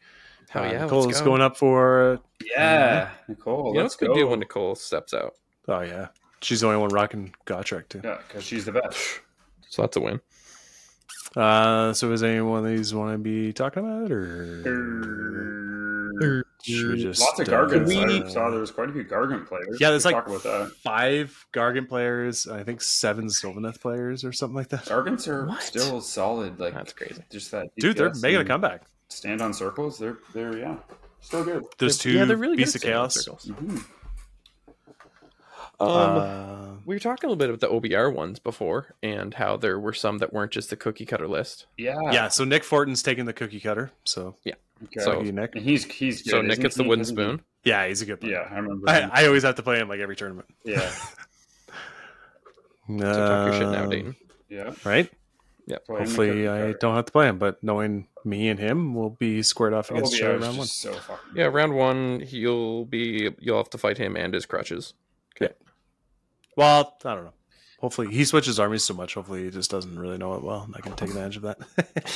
S1: Hell
S2: uh,
S1: Oh, yeah, let's
S2: Nicole's
S1: go.
S2: going up for.
S3: Yeah, Nicole.
S1: you know
S3: let's
S1: what's good
S3: go.
S1: deal when Nicole steps out.
S2: Oh yeah, she's the only one rocking Gotrek too.
S3: Yeah, because she's the best.
S1: So that's a win.
S2: Uh, so is anyone of these want to be talking about, or should we just
S3: Er, Lots of
S2: uh,
S3: Gargants. I
S1: we-
S3: saw there was quite a few Gargant players.
S2: Yeah, there's
S3: We
S2: like
S3: talk about that.
S2: five Gargant players. I think seven Sylvaneth players or something like that.
S3: Gargants are
S1: What?
S3: still solid. Like
S1: That's crazy.
S3: Just that
S2: Dude, they're
S3: DPS
S2: making a
S3: and
S2: comeback.
S3: Stand on circles. They're they're yeah, still good.
S2: There's two
S1: yeah, they're really
S2: Beasts
S1: good
S2: of
S1: at
S2: Chaos.
S1: circles.
S3: Mhm.
S1: Um,
S2: Uh,
S1: we were talking a little bit about the OBR ones before and how there were some that weren't just the cookie cutter list.
S3: Yeah.
S2: yeah, so Nick Fortin's taking the cookie cutter. So
S3: Okay.
S1: So-
S2: thank you, Nick.
S3: and he's he's good,
S1: so Nick
S3: isn't
S1: gets the
S3: he?
S1: wooden
S3: Isn't he?
S1: spoon.
S2: Yeah, he's a good player.
S3: Yeah, I remember. him.
S2: I, I always have to play him like every tournament.
S3: yeah,
S2: <laughs>
S1: So talk your shit now,
S2: Um,
S1: Dayton.
S3: yeah.
S2: Right?
S3: Playing the
S2: Hopefully,
S3: cookie
S2: I
S3: cutter.
S2: don't have to play him, but knowing me and him, we'll be squared off against each
S3: LVO
S2: other
S3: is
S2: round one.
S3: just So fucking
S2: <laughs>
S1: Yeah, round one, you'll be you'll have to fight him and his crutches.
S2: Well, I don't know. Hopefully, he switches armies so much. Hopefully, he just doesn't really know it well. and I can take advantage of that.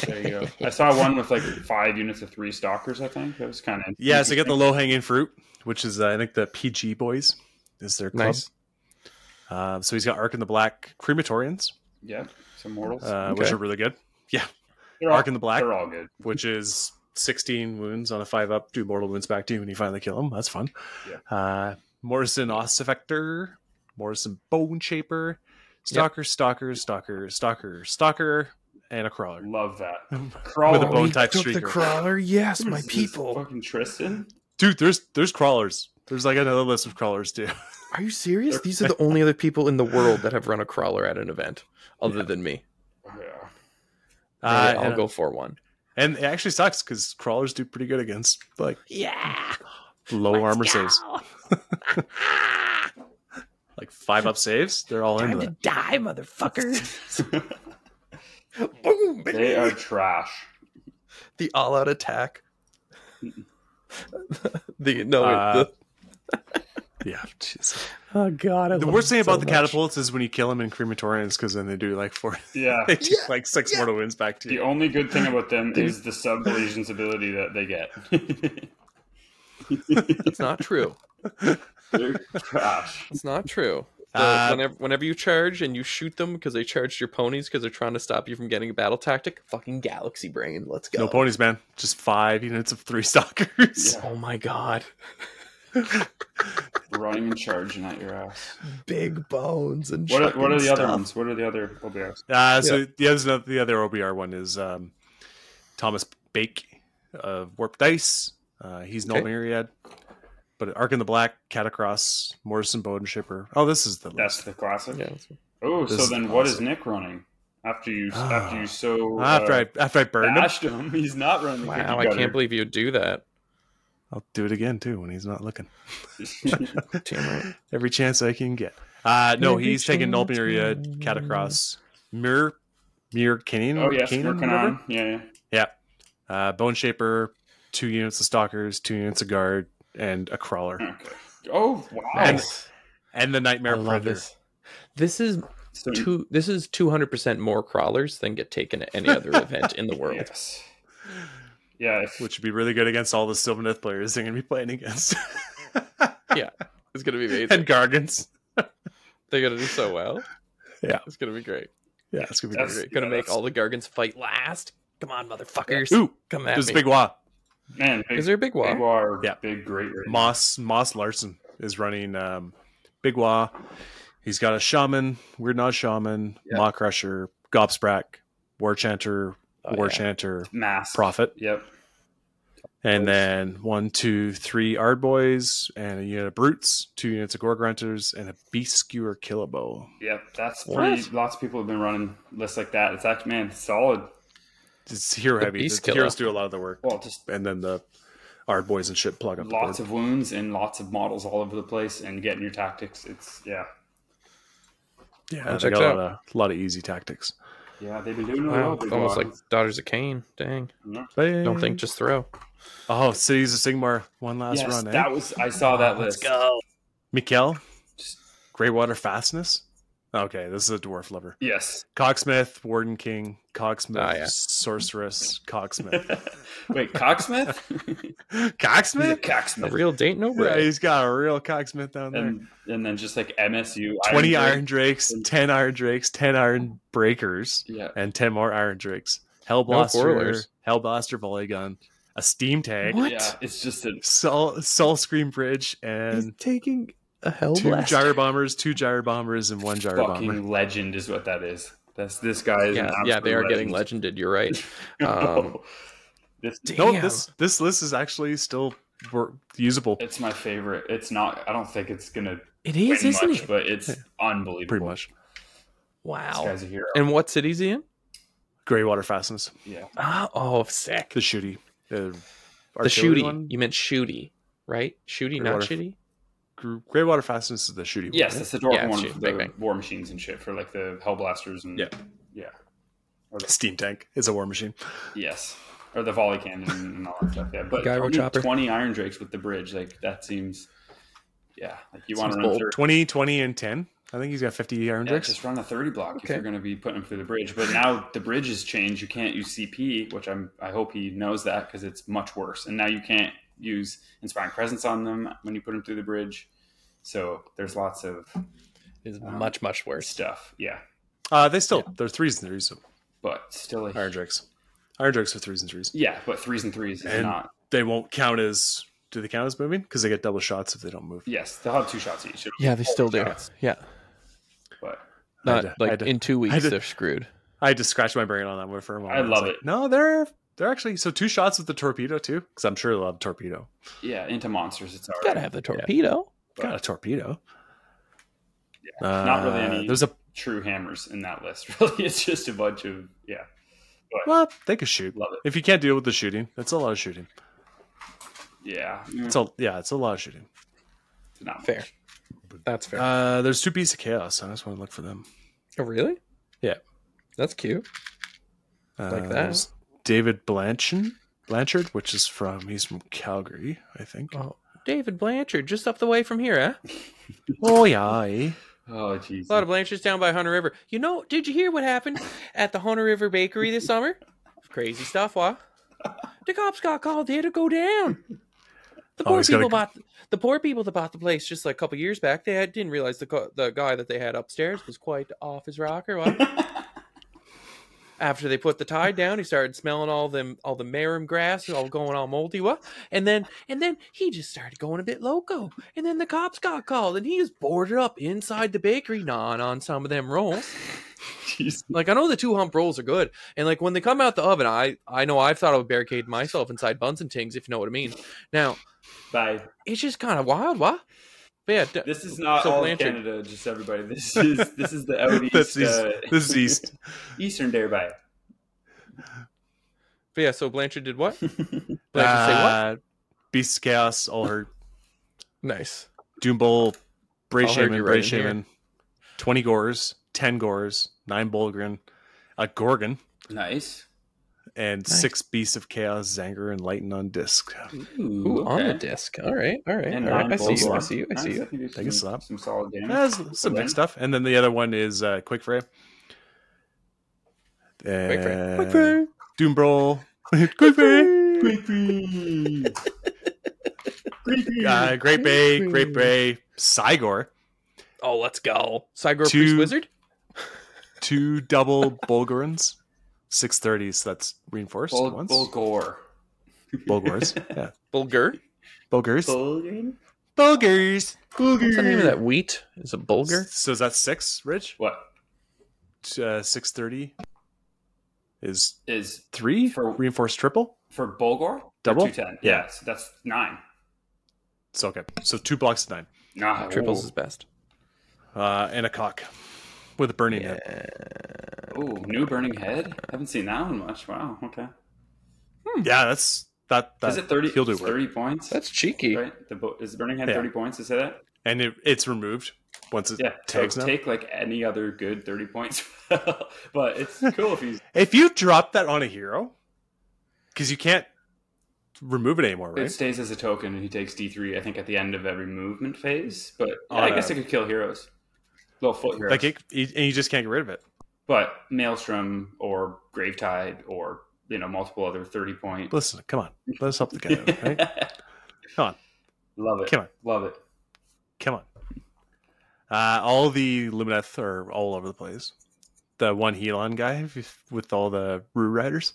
S3: There you go. I saw one with like five units of three stalkers. I think that was kind of
S2: <laughs> yeah, so get the low hanging fruit, which is uh, I think the PG Boys is their club.
S1: Nice.
S2: Uh, so he's got Ark in the Black Crematorians,
S3: yeah some mortals.
S2: uh, which
S1: Okay.
S2: are really good.
S3: They're all-
S2: Ark in the Black,
S3: They're all good.
S2: which is 16 wounds on a 5 up, 2 mortal wounds back to you when you finally kill him. That's fun. Uh, Morrison Ossifector, Morrison Bone Shaper, Stalker, Stalker, Stalker, Stalker, Stalker, and a crawler.
S3: Love that.
S2: <laughs> With a
S3: Crawler.
S2: bone type streaker.
S1: crawler, yes,
S3: This is Fucking Tristan.
S2: Dude, there's there's crawlers. There's like another list of crawlers too.
S1: Are you serious? These are
S3: <laughs>
S1: the only other people in the world that have run a crawler at an event, other than me.
S3: Oh, yeah.
S2: Uh,
S1: I'll
S2: and,
S1: go for one.
S2: and it actually sucks because crawlers do pretty good against like
S5: Yeah.
S2: low armor saves. like five up saves, they're all into that.
S5: die, motherfucker.
S2: <laughs>
S1: Boom!
S3: <laughs> They are trash.
S1: the all-out attack. <laughs> the no, Oh, wait,
S2: Uh,
S1: the,
S2: <laughs> Yeah, jeez.
S1: Oh god, I
S2: The
S1: love
S2: worst
S1: it
S2: thing
S1: so
S2: about the
S1: much.
S2: catapults is when you kill them in crematorians because then they do like four, <laughs>
S3: Yeah.
S2: they do like six mortal wounds back to
S3: The
S2: you.
S3: only good thing about them is the sub lesions ability that they get. <laughs>
S1: It's not true.
S2: <laughs>
S3: They're trash.
S1: It's not true. The-
S2: Uh,
S1: whenever, whenever you charge and you shoot them because they charged your ponies because they're trying to stop you from getting a battle tactic, fucking galaxy brain. Let's go.
S2: No ponies, man. Just five units of three <laughs> stalkers.
S1: Oh my god,
S3: Running and charging at your ass.
S1: big bones and
S3: What are, what are the
S1: chucking
S3: other
S1: stuff.
S3: ones? What are the other OBS?
S2: Uh, so the other the other OBR one is um, Thomas Bake of Warp Dice. Uh, he's no
S1: Okay.
S2: myriad, but Ark in the Black, Catacross, Morrison Bowden Shipper. Oh, this is the
S3: That's
S2: list.
S3: the classic.
S1: Yeah, that's-
S3: Oh,
S2: This
S3: so
S2: is
S3: then what is
S2: awesome.
S3: Nick running after you?
S2: Ah.
S3: after you so
S2: after
S3: uh,
S2: I after I burned him,
S3: bashed him, <laughs> he's not running. the
S1: wow,
S3: cookie
S1: I can't believe you'd do that.
S2: I'll do it again too when he's not looking.
S3: <laughs> cutter.
S1: Oh, Damn right.
S2: <laughs> Every chance I can get. Uh, no,
S1: Every
S2: he's taking null
S1: chance
S2: myriad,
S1: I
S2: Catacross, Mir, Mir Canaan.
S3: oh yes,
S2: Canaan,
S3: working
S2: whatever?
S3: on. Yeah, yeah.
S2: Uh, Bone Shaper, two units of Stalkers, two units of Guard, and a Crawler,
S3: Okay. Oh wow.
S2: And- and the Nightmare
S1: I love
S2: Predator. Hmm.
S1: this. This is
S3: So-
S1: two. This is two hundred percent more crawlers than get taken at any other event
S2: <laughs>
S1: in the world.
S3: Yes. Yeah. If,
S2: which would be really good against all the Sylvaneth players they're going to be playing against. <laughs>
S1: It's gonna be amazing.
S2: and Gargants.
S1: They're gonna do so well.
S2: Yeah.
S1: it's gonna be great.
S2: Yeah, it's going to be
S3: That's-
S2: great.
S1: Great. Gonna
S3: yeah,
S1: make
S3: that's-
S1: all the Gargans fight last. Come on, motherfuckers.
S2: Ooh,
S1: Come at
S2: there's
S1: me.
S2: Big Wah.
S3: man, big,
S1: Is there a big
S3: big
S1: wall?
S3: war?
S2: Yeah.
S3: Big great. raid.
S2: Moss, Moss Larson is running um, Big Wah. He's got a Shaman, Weird Not Shaman, Maw Crusher, Gobsprack, War Chanter,
S1: Oh,
S2: war
S1: yeah.
S2: chanter
S3: Mass.
S2: prophet,
S3: Yep.
S2: and
S3: Nice.
S2: then one, two, three ard boys, and a unit of brutes, two units of gorg runters, and a beast skewer killabo.
S3: Yep. That's pretty.
S1: What?
S3: Lots of people have been running lists like that. It's actually man, it's solid.
S2: It's hero
S1: The
S2: heavy. The,
S1: beast killer.
S2: heroes do a lot of the work,
S3: Well, just
S2: and then the ard boys and shit plug up. the board.
S3: lots of wounds and lots of models all over the place, and getting your tactics. It's yeah,
S2: Yeah, they
S1: checked
S2: got a
S1: out.
S2: lot, of, a lot of easy tactics.
S3: yeah. They've been doing
S2: Wow,
S3: well.
S1: It's almost like Daughters of Cain. Dang. Don't think, just throw.
S2: Oh, Cities of Sigmar, one last
S3: yes,
S2: run. Eh?
S3: that was. I saw that list.
S2: Mikkel, Greywater Fastness. Okay, this is a dwarf lover.
S3: Yes. <laughs>
S2: Cogsmith, Warden King, Cogsmith,
S1: Ah, yeah.
S2: Sorceress,
S3: <laughs>
S2: Cogsmith.
S3: Wait, cocksmith. <laughs> He's a
S2: cogsmith?
S1: A
S3: cocksmith.
S1: real date? No
S2: Yeah,
S1: way.
S2: he's got a real cogsmith down there.
S3: And and then just like MSU.
S2: 20
S3: Iron
S2: Iron Drakes,
S3: And-
S2: 10 Iron Drakes, 10 Iron Breakers,
S3: Yeah.
S2: and 10 more Iron Drakes. Hellblaster,
S1: foilers.
S2: Hellblaster Volley Gun, a Steam Tag,
S1: What?
S3: Yeah. It's just an
S2: Soul, Soul Scream Bridge, and
S1: taking a hell
S2: two gyro bombers, two gyro bombers, and one gyro
S3: fucking
S2: bomber.
S3: legend, is what that is. That's this guy is. an
S1: Yeah, yeah, they are
S3: absolute
S1: getting
S3: legend.
S1: legended. You're right.
S3: <laughs>
S1: Um,
S3: this,
S2: No, this this list is actually still wor- usable,
S3: it's my favorite. It's not. I don't think it's gonna
S1: it
S3: win
S1: is, isn't
S3: much,
S1: it? <laughs>
S3: but it's unbelievable.
S2: pretty much.
S3: This
S1: Wow.
S3: guy's a hero.
S1: And what city is he in?
S2: Greywater Fastness,
S3: Yeah.
S1: Ah, oh, sick.
S2: the shooty, uh,
S1: The shooty.
S2: one.
S1: You meant shooty, right? Shooty, not
S2: Clearwater.
S1: shitty.
S2: Gr- Greywater Fastness is the shooty. one,
S3: Yes,
S2: right?
S3: that's the dwarf
S1: Yeah,
S3: one
S1: shoot,
S3: for
S1: bang,
S3: the
S1: bang.
S3: war machines and shit for like the hellblasters and
S2: Yeah.
S3: yeah,
S2: steam tank. It's a war machine.
S3: yes, or the volley cannon and all that stuff. Yeah, but
S1: Gyro
S3: 20,
S1: chopper.
S3: 20 iron drakes with the bridge, like that seems, yeah, like you want to
S1: Seems
S3: run
S1: bold.
S3: thirty.
S2: 20, 20, and ten. I think he's got fifty iron
S3: Yeah,
S2: drakes.
S3: just run a thirty block if
S1: Okay.
S3: you're going to be putting them through the bridge. But now the bridge has changed. You can't use CP, which I'm. I hope he knows that because it's much worse. And now you can't use inspiring presence on them when you put them through the bridge. So there's lots of
S1: Is
S2: Uh-huh.
S1: much much worse.
S3: stuff. Yeah,
S2: uh, they still they're threes and threes. So
S3: but still, a,
S2: iron drakes, iron drakes are threes and threes.
S3: yeah, but threes and threes is
S2: And-
S3: not.
S2: They won't count as. Do they count as moving? Because they get double shots if they don't move.
S3: Yes, they'll have two shots each. It'll
S1: Yeah, they
S3: be four
S1: still do.
S3: shots,
S1: Yeah,
S3: But
S2: I
S1: not
S2: had to- I
S1: like
S2: had to-
S1: in two weeks
S2: had to-
S1: they're screwed.
S2: I had to scratch my brain on that one for a moment.
S3: I
S2: was
S3: love
S2: like,
S3: it.
S2: No, they're they're actually so two shots with the torpedo too, because I'm sure they'll have torpedo.
S3: yeah, into monsters, it's alright.
S1: Gotta have the torpedo.
S2: Got a torpedo. Yeah,
S3: not really any-
S2: There's a
S3: true hammers in that list. <laughs> Really, it's just a bunch of yeah.
S2: well, they could shoot.
S3: Love it.
S2: If you can't deal with the shooting, that's a lot of shooting.
S3: Yeah, mm,
S2: It's a yeah, it's a lot of shooting.
S3: not
S1: Fair.
S3: much.
S1: That's fair.
S2: Uh, there's two pieces of chaos. I just want to look for them.
S1: oh, really?
S2: yeah.
S1: that's cute.
S2: Uh,
S1: Like that?
S2: there's David Blanchard, Blanchard, which is from he's from Calgary, I think.
S1: Oh, David Blanchard, just up the way from here, eh?
S2: oh yeah, eh?
S3: Oh jeez. <laughs>
S1: A lot of Blanchards down by Hunter River. You know, did you hear what happened at the Hunter River Bakery this summer? Crazy stuff, wah. The cops got called there to go down. The
S2: Oh,
S1: poor
S2: he's gotta
S1: people
S2: go-
S1: bought the poor people that bought the place just like a couple years back. They had, didn't realize the co- the guy that they had upstairs was quite off his rocker. wah. After they put the tide down, he started smelling all them all the marum grass all going all moldy. What? And then and then he just started going a bit loco. And then the cops got called and he was boarded up inside the bakery, gnawing on some of them rolls.
S3: Jeez.
S1: Like I know the two hump rolls are good, and like when they come out the oven, I I know I've thought I would barricade myself inside buns and tings if you know what I mean. Now
S3: Bye.
S1: it's just kind of wild, what? But yeah, d-
S3: This is not
S1: So
S3: all of
S1: Blanchard-
S3: Canada, just everybody. This is this is the out
S1: <laughs>
S3: east,
S2: That's east.
S3: uh,
S2: <laughs> This
S3: <laughs>
S2: is <laughs> east.
S3: eastern derby.
S1: but yeah. So Blanchard did what? Blanchard say
S2: Uh, Beast of Chaos, all her
S1: what? Nice.
S2: Doom Bowl, Bray
S1: I'll hurt
S2: Shaman,
S1: you
S2: Bray
S1: right in here.
S2: Shaman, 20 Gores, 10 Gores, 9 Bulgrin, a Gorgon,
S3: Nice.
S2: and 6 Beasts of Chaos, Zanger, and Lighten on Disc. <sighs>
S1: Mm-hmm. Ooh,
S3: Ooh,
S1: on the
S3: okay.
S1: disc. All right, all right,
S3: And
S1: all right.
S3: nine
S1: I see you. I
S3: bolts.
S1: see you. I
S3: Nice,
S1: see you.
S3: can do
S2: Take a
S3: some-
S2: slap.
S3: Some solid damage.
S2: That's some big stuff. And then the other one is uh, Quick Fray.
S1: Quick Fray. Quick
S2: Uh,
S1: Fray.
S2: Doom
S1: <laughs>
S2: Brawl. Quick Fray.
S3: Creepy. Creepy.
S2: Uh, Great Bay, Great Bay, Sigor,
S1: Oh, let's go. Cygor
S2: Two-
S1: Priest Wizard.
S2: two double Bulgarins, 630s, that's reinforced
S3: Bull,
S2: ones.
S3: Bulgore.
S1: <laughs>
S2: Bulgars. Yeah.
S1: Bulgur.
S2: Bulgars.
S3: Bulgare?
S2: Bulgars.
S1: What's the name of that wheat? Is it bulgur?
S2: So is that six, Rich?
S3: What?
S2: Uh, six thirty is
S3: is
S2: three
S3: For-
S2: reinforced triple.
S3: for Bulgor
S2: Double?
S3: two ten.
S2: Yeah.
S3: Yeah, so that's nine.
S2: So okay, so two blocks to nine,
S3: Nah,
S1: Triples is best.
S2: uh, and a cock with a burning head.
S3: Ooh, new burning head. Haven't seen that one much. Wow. Okay.
S2: Yeah, that's that. that
S3: Is it thirty?
S2: He'll do
S3: it's
S2: work.
S3: 30 points.
S1: That's cheeky.
S3: right. The bu- is burning head
S2: Yeah.
S3: thirty points? Is that?
S2: and it, it's removed once it
S3: Yeah.
S2: tags
S3: so
S2: now.
S3: take like any other good thirty points, <laughs> but
S2: <laughs>
S3: it's cool if he's.
S2: If you drop that on a hero, because you can't remove it anymore, right?
S3: It stays as a token, and he takes D three. I think at the end of every movement phase. But yeah,
S2: On
S3: I
S2: a-
S3: guess it could kill heroes, little foot heroes.
S2: Oh, like it, it- and you just can't get rid of it.
S3: but Maelstrom or Gravetide or you know multiple other thirty point.
S2: Listen, come on, let us help the guy. out,
S3: <laughs>
S2: right? Come on.
S3: Love it.
S2: Come on.
S3: Love it.
S2: Come on. Uh, all the Lumineth are all over the place. The one Helon guy with all the Rue Riders.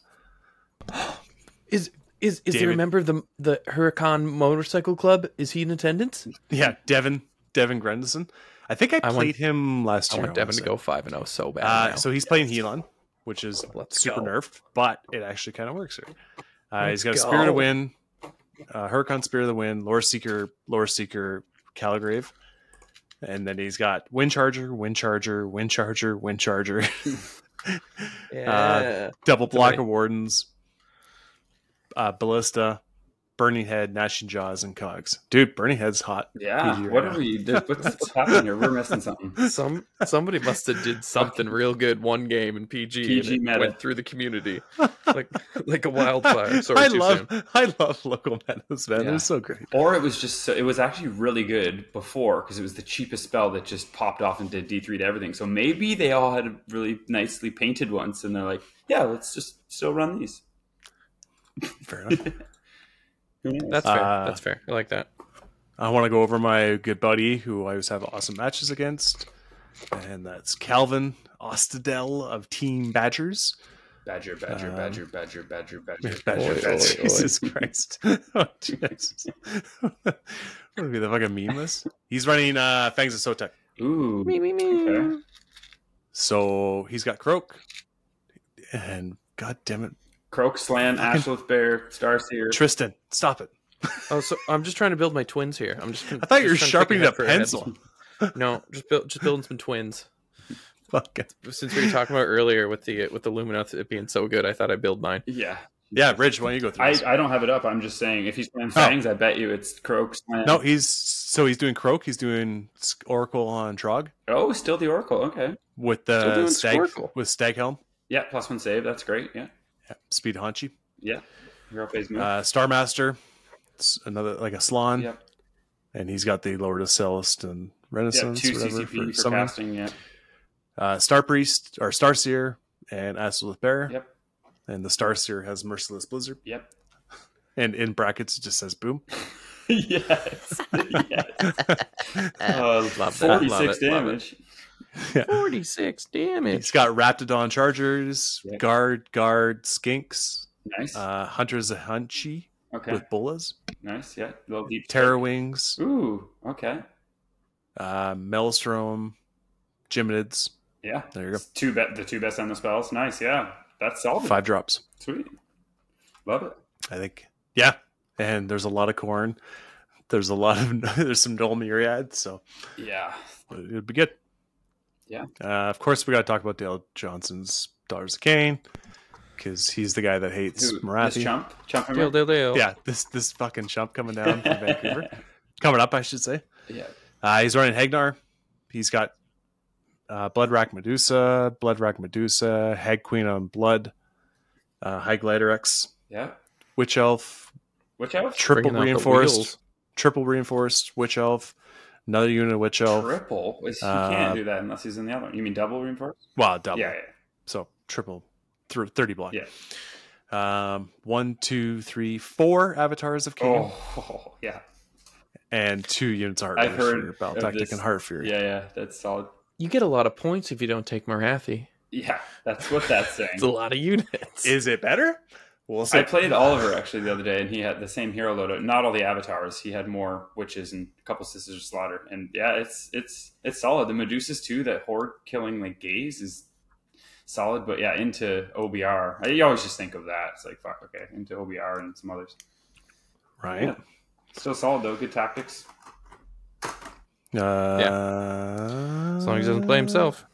S1: Is is is there a
S2: David.
S1: member of the the Huracan Motorcycle Club? Is he in attendance?
S2: Yeah, Devin Devin Grendison. I think I
S1: I
S2: played
S1: want-
S2: him last
S1: I
S2: year.
S1: want Devin
S2: wanna
S1: to go five and zero so
S2: say.
S1: bad.
S2: Uh,
S1: now.
S2: so he's playing Helon, which is
S1: Let's
S2: super
S1: go.
S2: nerfed, but it actually kind of works here. Uh, he's got
S1: Let's
S2: a Spirit
S1: go.
S2: of Wind, uh, Huracan Spirit of the Wind, Lore Seeker, Lore Seeker, Caligrave. And then he's got Wind Charger, Wind Charger, Wind Charger, Wind Charger, <laughs>
S1: yeah.
S2: Double Block
S1: Somebody-
S2: of Wardens, uh, Ballista, Burning Head, Gnashing Jaws, and Cogs. Dude, Burning
S1: <laughs>
S2: Head's hot.
S3: Yeah.
S2: PG right
S3: what
S2: now.
S3: are we? What's, what's happening here? We're missing
S1: <laughs>
S3: something.
S1: Some somebody must have did something real good one game in PG,
S3: PG
S1: and it
S3: meta.
S1: went through the
S2: <laughs>
S1: community like like a wildfire. Sorry,
S2: I
S1: too
S2: love
S1: soon.
S2: I love local metas, man.
S3: Yeah.
S2: They're so great.
S3: Or it was just so, it was actually really good before because it was the cheapest spell that just popped off and did D three to everything. So maybe they all had really nicely painted ones, and they're like, yeah, let's just still run these.
S2: <laughs> Fair enough.
S3: Who knows?
S1: That's fair.
S2: Uh,
S1: That's fair. I like that.
S2: I want to go over my good buddy who I always have awesome matches against, and that's Calvin Ostadel of Team Badgers.
S3: badger, badger,
S2: um,
S3: badger, badger, badger, badger,
S2: <laughs> Badger, Badger,
S1: oi, oi.
S2: Jesus Christ. <laughs> oh, Jesus. <laughs> what would be the fucking meme list? He's running uh, Fangs of Sotek.
S3: Ooh, Okay.
S2: So he's got Croak, and god damn it,
S3: Croak, Slan, Ashlift Bear, Starseer.
S2: Tristan, stop it.
S1: Oh, so I'm just trying to build my twins here. I'm just.
S2: I thought you were
S1: just trying to
S2: sharpening
S1: pick
S2: a
S1: head for head.
S2: pencil.
S1: No, just build, just building some twins.
S2: <laughs> Fuck it.
S1: Since we were talking about earlier with the with the Lumineth it being so good, I thought I'd build mine.
S3: yeah,
S2: Yeah, Ridge, why don't you go through?
S3: I,
S2: this?
S3: I don't have it up. I'm just saying if he's playing Fangs, I bet you it's Croak, Slan.
S2: Oh. No, he's so he's doing Croak. He's doing S- Oracle on Trog
S3: Oh, still the Oracle. Okay.
S2: with
S1: Still
S2: the
S1: doing
S2: stag
S1: Squircle.
S2: with Staghelm.
S3: Yeah, plus one save. That's great. Yeah.
S2: Yeah, Speed Haunchy,
S3: Yeah. Hero phase move.
S2: uh, Star Master, s- another like a Slon,
S3: yep.
S2: and he's got the Lord of Celeste and
S3: Yeah,
S2: Renaissance,
S3: two
S2: whatever
S3: CCP for,
S2: for summon.
S3: casting. Yeah.
S2: Uh, Star Priest or Star Seer and Asolith Bearer,
S3: Yep.
S2: and the Star Seer has Merciless Blizzard, <laughs>
S3: Yep.
S2: and in brackets it just
S1: <laughs>
S2: says boom. <laughs>
S3: yes. <laughs> yes. Uh,
S1: Eh, Love that, love it,
S3: 46
S1: love it.
S3: damage.
S1: Forty six
S2: He's
S1: damage.
S2: got Raptodon Chargers,
S3: Yeah.
S2: Guard, Guard, Skinks,
S3: Nice.
S2: uh, Hunter's a Hunchy
S3: okay.
S2: with Bullas,
S3: nice. Yeah. Little deep.
S2: Terror Wings,
S3: Ooh. Okay.
S2: uh, Maelstrom, Gymnids,
S3: Yeah.
S2: There you go.
S3: It's Two be- the two best on the spells. Nice. Yeah. That's solid.
S2: five drops,
S3: Sweet. Love it.
S2: I think. Yeah, and there's a lot of corn. There's a lot of <laughs> there's some Dole Myriad, so
S3: Yeah.
S2: it'd be good.
S3: Yeah.
S2: Uh, of course, we got to talk about Dale Johnson's Daughters of Cain because he's the guy that hates
S3: Who- this
S2: Marathi.
S3: chump. Chump.
S1: Deal,
S3: member?
S1: deal, deal.
S2: Yeah, this this fucking chump coming down
S3: <laughs>
S2: from Vancouver, coming up, I should say.
S3: yeah.
S2: Uh, he's running Hagnar. He's got uh, Blood Rack Medusa, Blood Rack Medusa, Hag Queen on Blood, uh, High Glider X,
S3: Yeah.
S2: Witch Elf,
S3: Which out?
S2: triple
S1: Bringing out the
S2: reinforced,
S1: wheels.
S2: triple reinforced Witch Elf, another unit of Witch Elf.
S3: Triple. Is, he
S2: Uh,
S3: can't do that unless he's in the other one. You mean double reinforced?
S2: Wow, double.
S3: Yeah, yeah.
S2: So triple, through thirty block.
S3: Yeah.
S2: Um, one, two, three, four avatars of Cain,
S3: Oh, <laughs> yeah.
S2: and two units of Heart
S3: I've heard
S2: Fury, Battle
S3: of
S2: Tactic
S3: this.
S2: and Heart Fury.
S3: Yeah, yeah. That's solid.
S1: You get a lot of points if you don't take Marathi.
S3: Yeah, that's what that's saying.
S1: It's a lot of units.
S2: Is it better? Well,
S3: I played Oliver actually the other day, and he had the same hero loadout. Not all the avatars. He had more witches and a couple sisters of slaughter. And yeah, it's it's it's solid. The Medusas too. That horde killing like gaze is solid. But yeah, into OBR. I, you always just think of that. It's like fuck, okay, into OBR and some others.
S2: Right.
S3: Still solid though. Good tactics.
S2: Uh,
S1: As long as he doesn't play himself.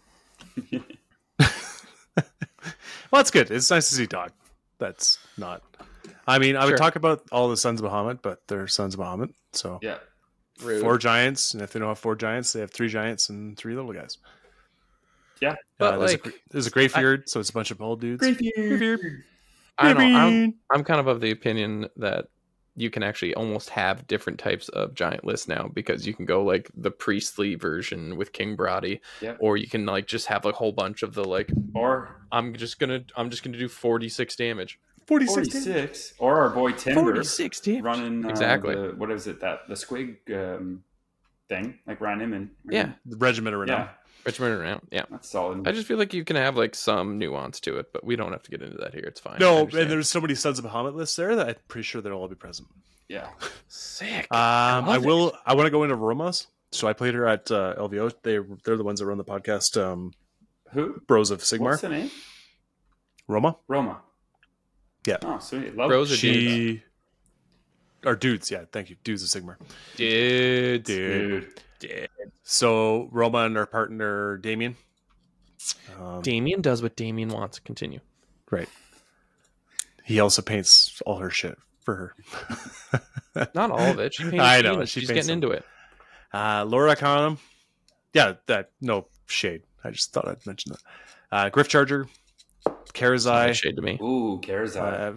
S2: Well, that's good. It's nice to see Dog. That's not. I mean, I
S1: Sure.
S2: would talk about all the sons of Muhammad, but they're sons of Muhammad. So
S3: Yeah.
S1: Rude.
S2: four giants, and if they don't have four giants, they have three giants and three little guys. Uh,
S3: Yeah.
S1: But,
S2: there's,
S1: like,
S2: a, there's a Greybeard, so it's a bunch of old dudes.
S1: <laughs> I don't know. I'm,
S2: Greybeard.
S1: I'm kind of of the opinion that you can actually almost have different types of giant lists now because you can go like the priestly version with King Brody,
S3: Yep.
S1: or you can like just have a whole bunch of the like
S3: Or
S1: I'm just gonna I'm just gonna do 46 damage.
S2: 46.
S3: forty six. Or our boy Timber
S1: damage.
S3: running uh,
S1: Exactly.
S3: the- what is it that the squig um, thing like Ryan Inman?
S1: Yeah.
S2: The regiment or
S3: Yeah.
S2: yeah.
S1: Richmond around. Yeah.
S3: That's solid.
S1: I just feel like you can have like some nuance to it, but we don't have to get into that here. It's fine. I
S2: No,
S1: understand.
S2: and there's so many sons of Muhammad lists there that I'm pretty sure they'll all be present.
S3: yeah.
S1: sick.
S2: Um, I
S1: love it.
S2: will. I want to go into Romas. So I played her at uh, LVO. They they're the ones that run the podcast. Um,
S3: Who?
S2: Bros of Sigmar.
S3: What's the name?
S2: Roma.
S3: Roma.
S2: Yeah.
S3: Oh, sweet. Love
S1: Rose are dudes.
S2: She. Or dudes, yeah. Thank you, dudes of Sigmar.
S1: Dudes.
S3: dude.
S2: So Roma and her partner Damien. Um,
S1: Damien does what Damien wants.
S2: <laughs>
S1: Continue.
S2: right. He also paints all her shit for her.
S1: Not all of it. She paints
S2: I know,
S1: demons.
S2: she
S1: She's
S2: paints
S1: getting
S2: them.
S1: into it.
S2: Uh, Laura Conham. Yeah, that no shade. I just thought I'd mention that. Uh, Griff Charger,
S1: Not
S2: Karazai,
S1: shade to me.
S3: Ooh, Karazai.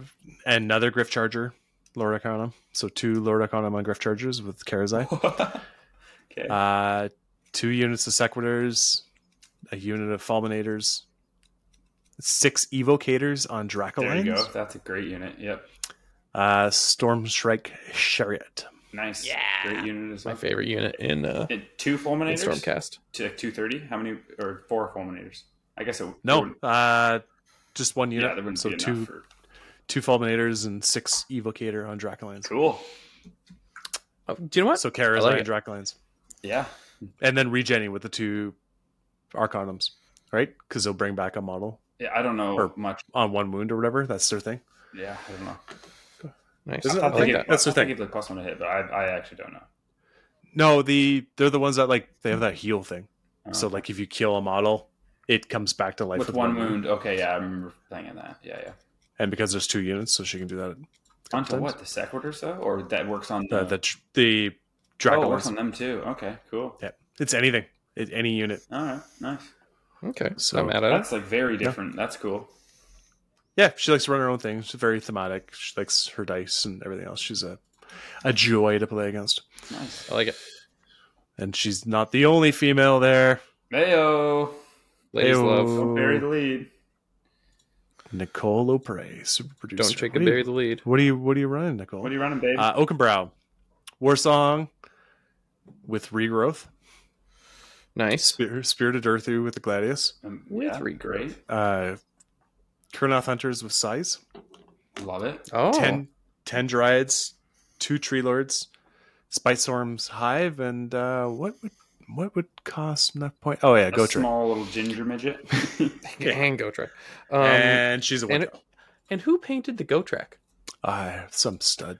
S2: uh, another Griff Charger, Laura Conham. So two Laura Conham on Griff Chargers with Karazai.
S3: <laughs> Oh, okay.
S2: Uh, two units of Sequiturs, a unit of Fulminators, six Evocators on
S3: there
S2: Dracolines,
S3: you go. That's a great unit. Yep.
S2: Uh, Storm Strike Chariot.
S3: Nice. Yeah. Great unit as
S1: My
S3: well.
S1: favorite unit in uh,
S3: And two
S1: in
S3: fulminators.
S1: Stormcast.
S3: To like two thirty. How many or four fulminators? I guess it. it
S2: No,
S3: wouldn't-
S2: uh, just one
S3: Yeah,
S2: unit.
S3: that wouldn't
S2: so
S3: be enough.
S2: two
S3: for-
S2: two Fulminators and six Evocator on Dracolines.
S3: Cool.
S1: Oh, do you know what?
S2: So Kara's
S1: I like
S2: on Dracolines.
S3: Yeah.
S2: And then regenning with the two Arconums, right? Because they'll bring back a model
S3: Yeah. I don't know
S2: Or-
S3: much.
S2: on one wound or whatever. That's their thing.
S3: Yeah. I don't know.
S1: Nice.
S2: Isn't it-
S1: I
S3: I
S1: like
S3: think
S1: that.
S3: it,
S2: That's the
S3: I think
S2: thing.
S3: it would cost one to hit, but I, I actually don't know.
S2: No, the they're the ones that like they have that heal thing.
S3: Uh,
S2: So like if you kill a model, it comes back to life
S3: with one wound. Okay. Yeah. I remember playing in that. Yeah. Yeah.
S2: And because there's two units, so she can do that.
S3: Onto
S2: times.
S3: what the sequiturs though, or that works on
S2: The the tr- the Dracolines.
S3: oh, it works on them too. Okay. Cool.
S2: yeah, it's anything, it, any unit.
S3: All right. Nice.
S1: Okay. So
S2: So-
S1: I'm mad at it.
S3: That's like very different. That's cool.
S2: Yeah, she likes to run her own thing. She's very thematic. She likes her dice and everything else. She's a a joy to play against.
S3: Nice.
S1: I like it.
S2: And she's not the only female there.
S3: Mayo.
S1: Ladies love.
S2: Ayo.
S3: Don't bury Oh, the lead.
S2: Nicole Opre, super producer.
S1: Don't shake
S2: What
S1: and
S2: do you-
S1: bury the lead.
S2: What are you What are you running, Nicole?
S3: What are you running, babe?
S2: Uh, Oakenbrow, War Song with Regrowth,
S1: Nice.
S2: Spear, Spirited Earthu with the Gladius,
S3: Um,
S1: with
S3: yeah,
S1: regrowth.
S3: great.
S2: uh, Kurnoth Hunters with Size,
S3: Love it.
S1: Oh.
S2: 10, 10 Dryads, 2 Tree Lords, Spitestorm's Hive, and uh, what would what would cost enough point? Oh, yeah,
S3: A
S2: Gotra.
S3: small little
S2: <laughs>
S3: ginger midget. <laughs>
S1: Hang go track. Um, and,
S2: and she's a one.
S1: and, who painted the go track?
S2: Uh, some stud.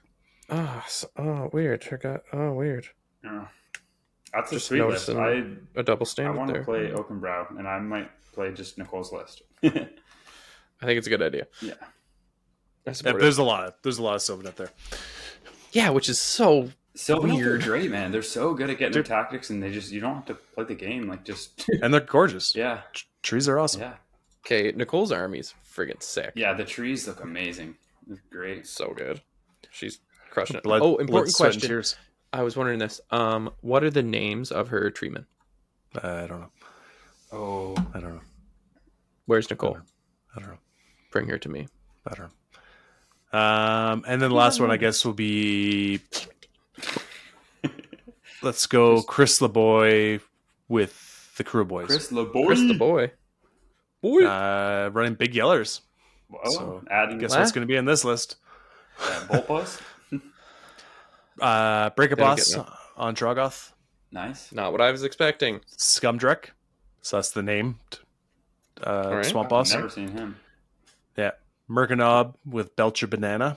S1: Oh, so, oh, weird. I got, oh, weird.
S3: Yeah. That's a
S1: Just
S3: sweet
S1: noticed
S3: list. I,
S1: A double
S3: I
S1: standard
S3: want to
S1: there.
S3: play Oakenbrow, and I might play just Nicole's list. <laughs>
S1: I think it's a good idea.
S3: yeah.
S1: I
S2: Yeah,
S1: support it.
S2: there's a lot. Of, there's a lot of Sylvan up there.
S1: Yeah, which is so
S3: So weird.
S1: Weird.
S3: Great, man. They're so good at getting their tactics, and they just, you don't have to play the game.
S2: <laughs>
S3: Like, just,
S2: And they're gorgeous.
S3: yeah.
S2: Trees are awesome.
S3: Yeah.
S1: okay. Nicole's army's friggin' sick.
S3: Yeah. The trees look amazing. It's great.
S1: so good. She's crushing it.
S2: Blood-
S1: oh,
S2: blood,
S1: important
S2: sweat, and
S1: question.
S2: tears.
S1: I was wondering this. Um, what are the names of her tree men?
S2: Uh, I don't know.
S3: Oh,
S2: I don't know.
S1: Where's
S2: Uh-huh.
S1: Nicole?
S2: I don't know.
S1: Bring her to me.
S2: I don't know. Um, and then the last one, I guess, will be. Let's go, Chris LeBoy with the Crew Boys.
S3: Chris LeBoy.
S1: Chris the boy. Boy.
S2: Uh, running big yellers.
S3: Whoa,
S2: So,
S3: Oh, adding
S2: Guess
S1: What?
S2: what's going to be in this list?
S3: uh, Bulbos.
S2: Uh, Breaker
S1: They don't
S2: Boss
S1: get
S2: on Drogoth,
S3: Nice.
S1: Not what I was expecting.
S2: Scumdrek. So that's the name. uh,
S1: right.
S2: Swamp
S3: I've
S2: Boss.
S3: never seen him. <laughs>
S2: Yeah, Merkinob with Belcher Banana.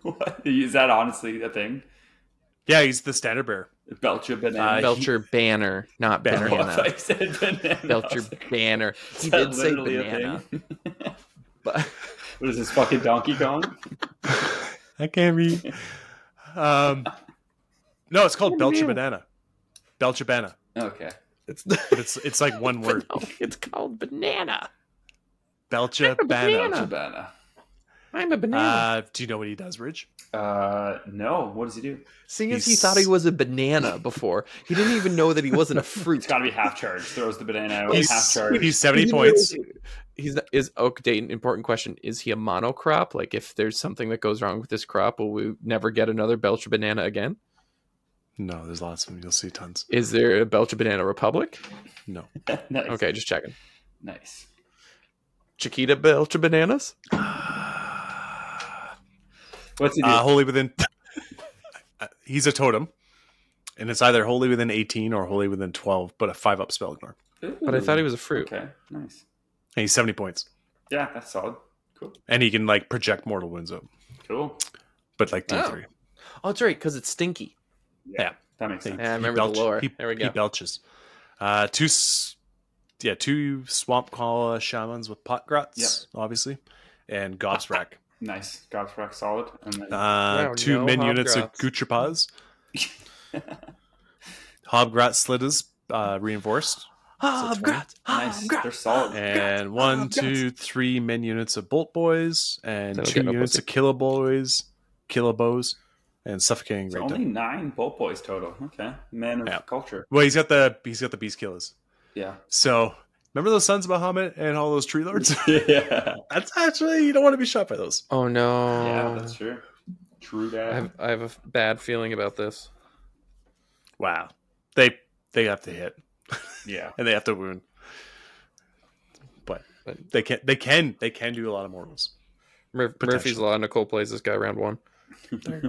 S3: What? Is that honestly a thing?
S2: Yeah, he's the standard bearer.
S3: Belcher banana.
S2: Uh,
S1: Belcher Banner, not
S2: Banner.
S3: Oh, <laughs> I
S1: <laughs> banana.
S3: thought you said banana. I <laughs>
S1: Belcher
S3: was like,
S2: <laughs>
S1: Banner. He
S3: is that
S1: did say
S3: literally a
S1: banana.
S3: thing?
S1: But <laughs>
S3: What is this fucking Donkey Kong?
S2: I can't read. Um, no, it's called Belcher Banana. Belcher Banana.
S3: Okay.
S1: it's
S2: But
S1: <laughs>
S2: it's it's like one word.
S1: no, it's called banana.
S2: Belcher Banana.
S1: Banana.
S3: Banana.
S1: I'm a banana.
S2: Uh, do you know what he does, Rich?
S3: Uh, no. What does he do?
S1: Seeing as he
S2: he's-
S1: thought he was a banana before, he didn't even know that he wasn't a fruit.
S3: It's got to be
S1: <laughs>
S3: half charge. Throws the banana out.
S2: He's,
S3: Oh, half charge.
S2: he's 70 points.
S1: He's not, is oh, okay. Dayton, important question: Is he a monocrop? Like, if there's something that goes wrong with this crop, will we never get another Belcher banana again?
S2: No, there's lots of them. You'll see tons.
S1: Is there a Belcher banana republic?
S2: No.
S3: <laughs> nice.
S1: Okay, just checking.
S3: Nice.
S1: Chiquita Belcher bananas.
S3: What's he do?
S2: Uh, holy within. <laughs> Uh, he's a totem. And it's either holy within 18 or holy within 12, but a five up spell ignore.
S1: But I thought he was a fruit.
S3: Okay. Nice.
S2: And he's 70 points.
S3: Yeah, that's solid. Cool.
S2: And he can like project mortal wounds up,
S3: Cool.
S2: but like D3.
S1: Oh, that's right, because it's stinky.
S3: That makes
S2: They-
S3: sense.
S1: Yeah, I
S2: he
S1: remember the
S2: belch-
S1: lore.
S2: He,
S1: There we
S2: He
S1: go.
S2: belches. Uh, two, s- yeah, two swamp call shamans with pot grots, obviously, and gobs rack.
S3: Nice. God's rock solid. And then,
S2: Uh,
S1: Wow,
S2: two
S1: no
S2: men
S1: hob
S2: units of
S1: grots.
S2: Gutrapas.
S3: <laughs>
S2: Hobgrot slitters uh, reinforced,
S1: Ah, grats.
S3: nice. They're
S2: ah.
S3: solid. <laughs>
S2: and one, two, three men units of bolt boys, and
S1: That'll
S2: two
S1: get no
S2: units of killer boys, killer bows, and suffocating
S3: It's
S2: right
S3: only nine bolt boys total. Okay. Men of
S2: Yeah.
S3: culture.
S2: Well, he's got the he's got the beast killers.
S1: <laughs>
S3: Yeah.
S2: So remember those sons of Muhammad and all those tree lords?
S3: yeah.
S2: <laughs> That's actually you don't want to be shot by those.
S1: Oh no.
S3: Yeah, that's true. True
S1: I
S3: that.
S1: have I have a f- bad feeling about this.
S2: Wow, they they have to hit
S3: yeah.
S2: <laughs> and they have to wound, but
S1: But-
S2: they can they can they can do a lot of mortals.
S1: Mur- Murphy's
S2: Potential.
S1: Law. Nicole plays this guy round one.
S2: But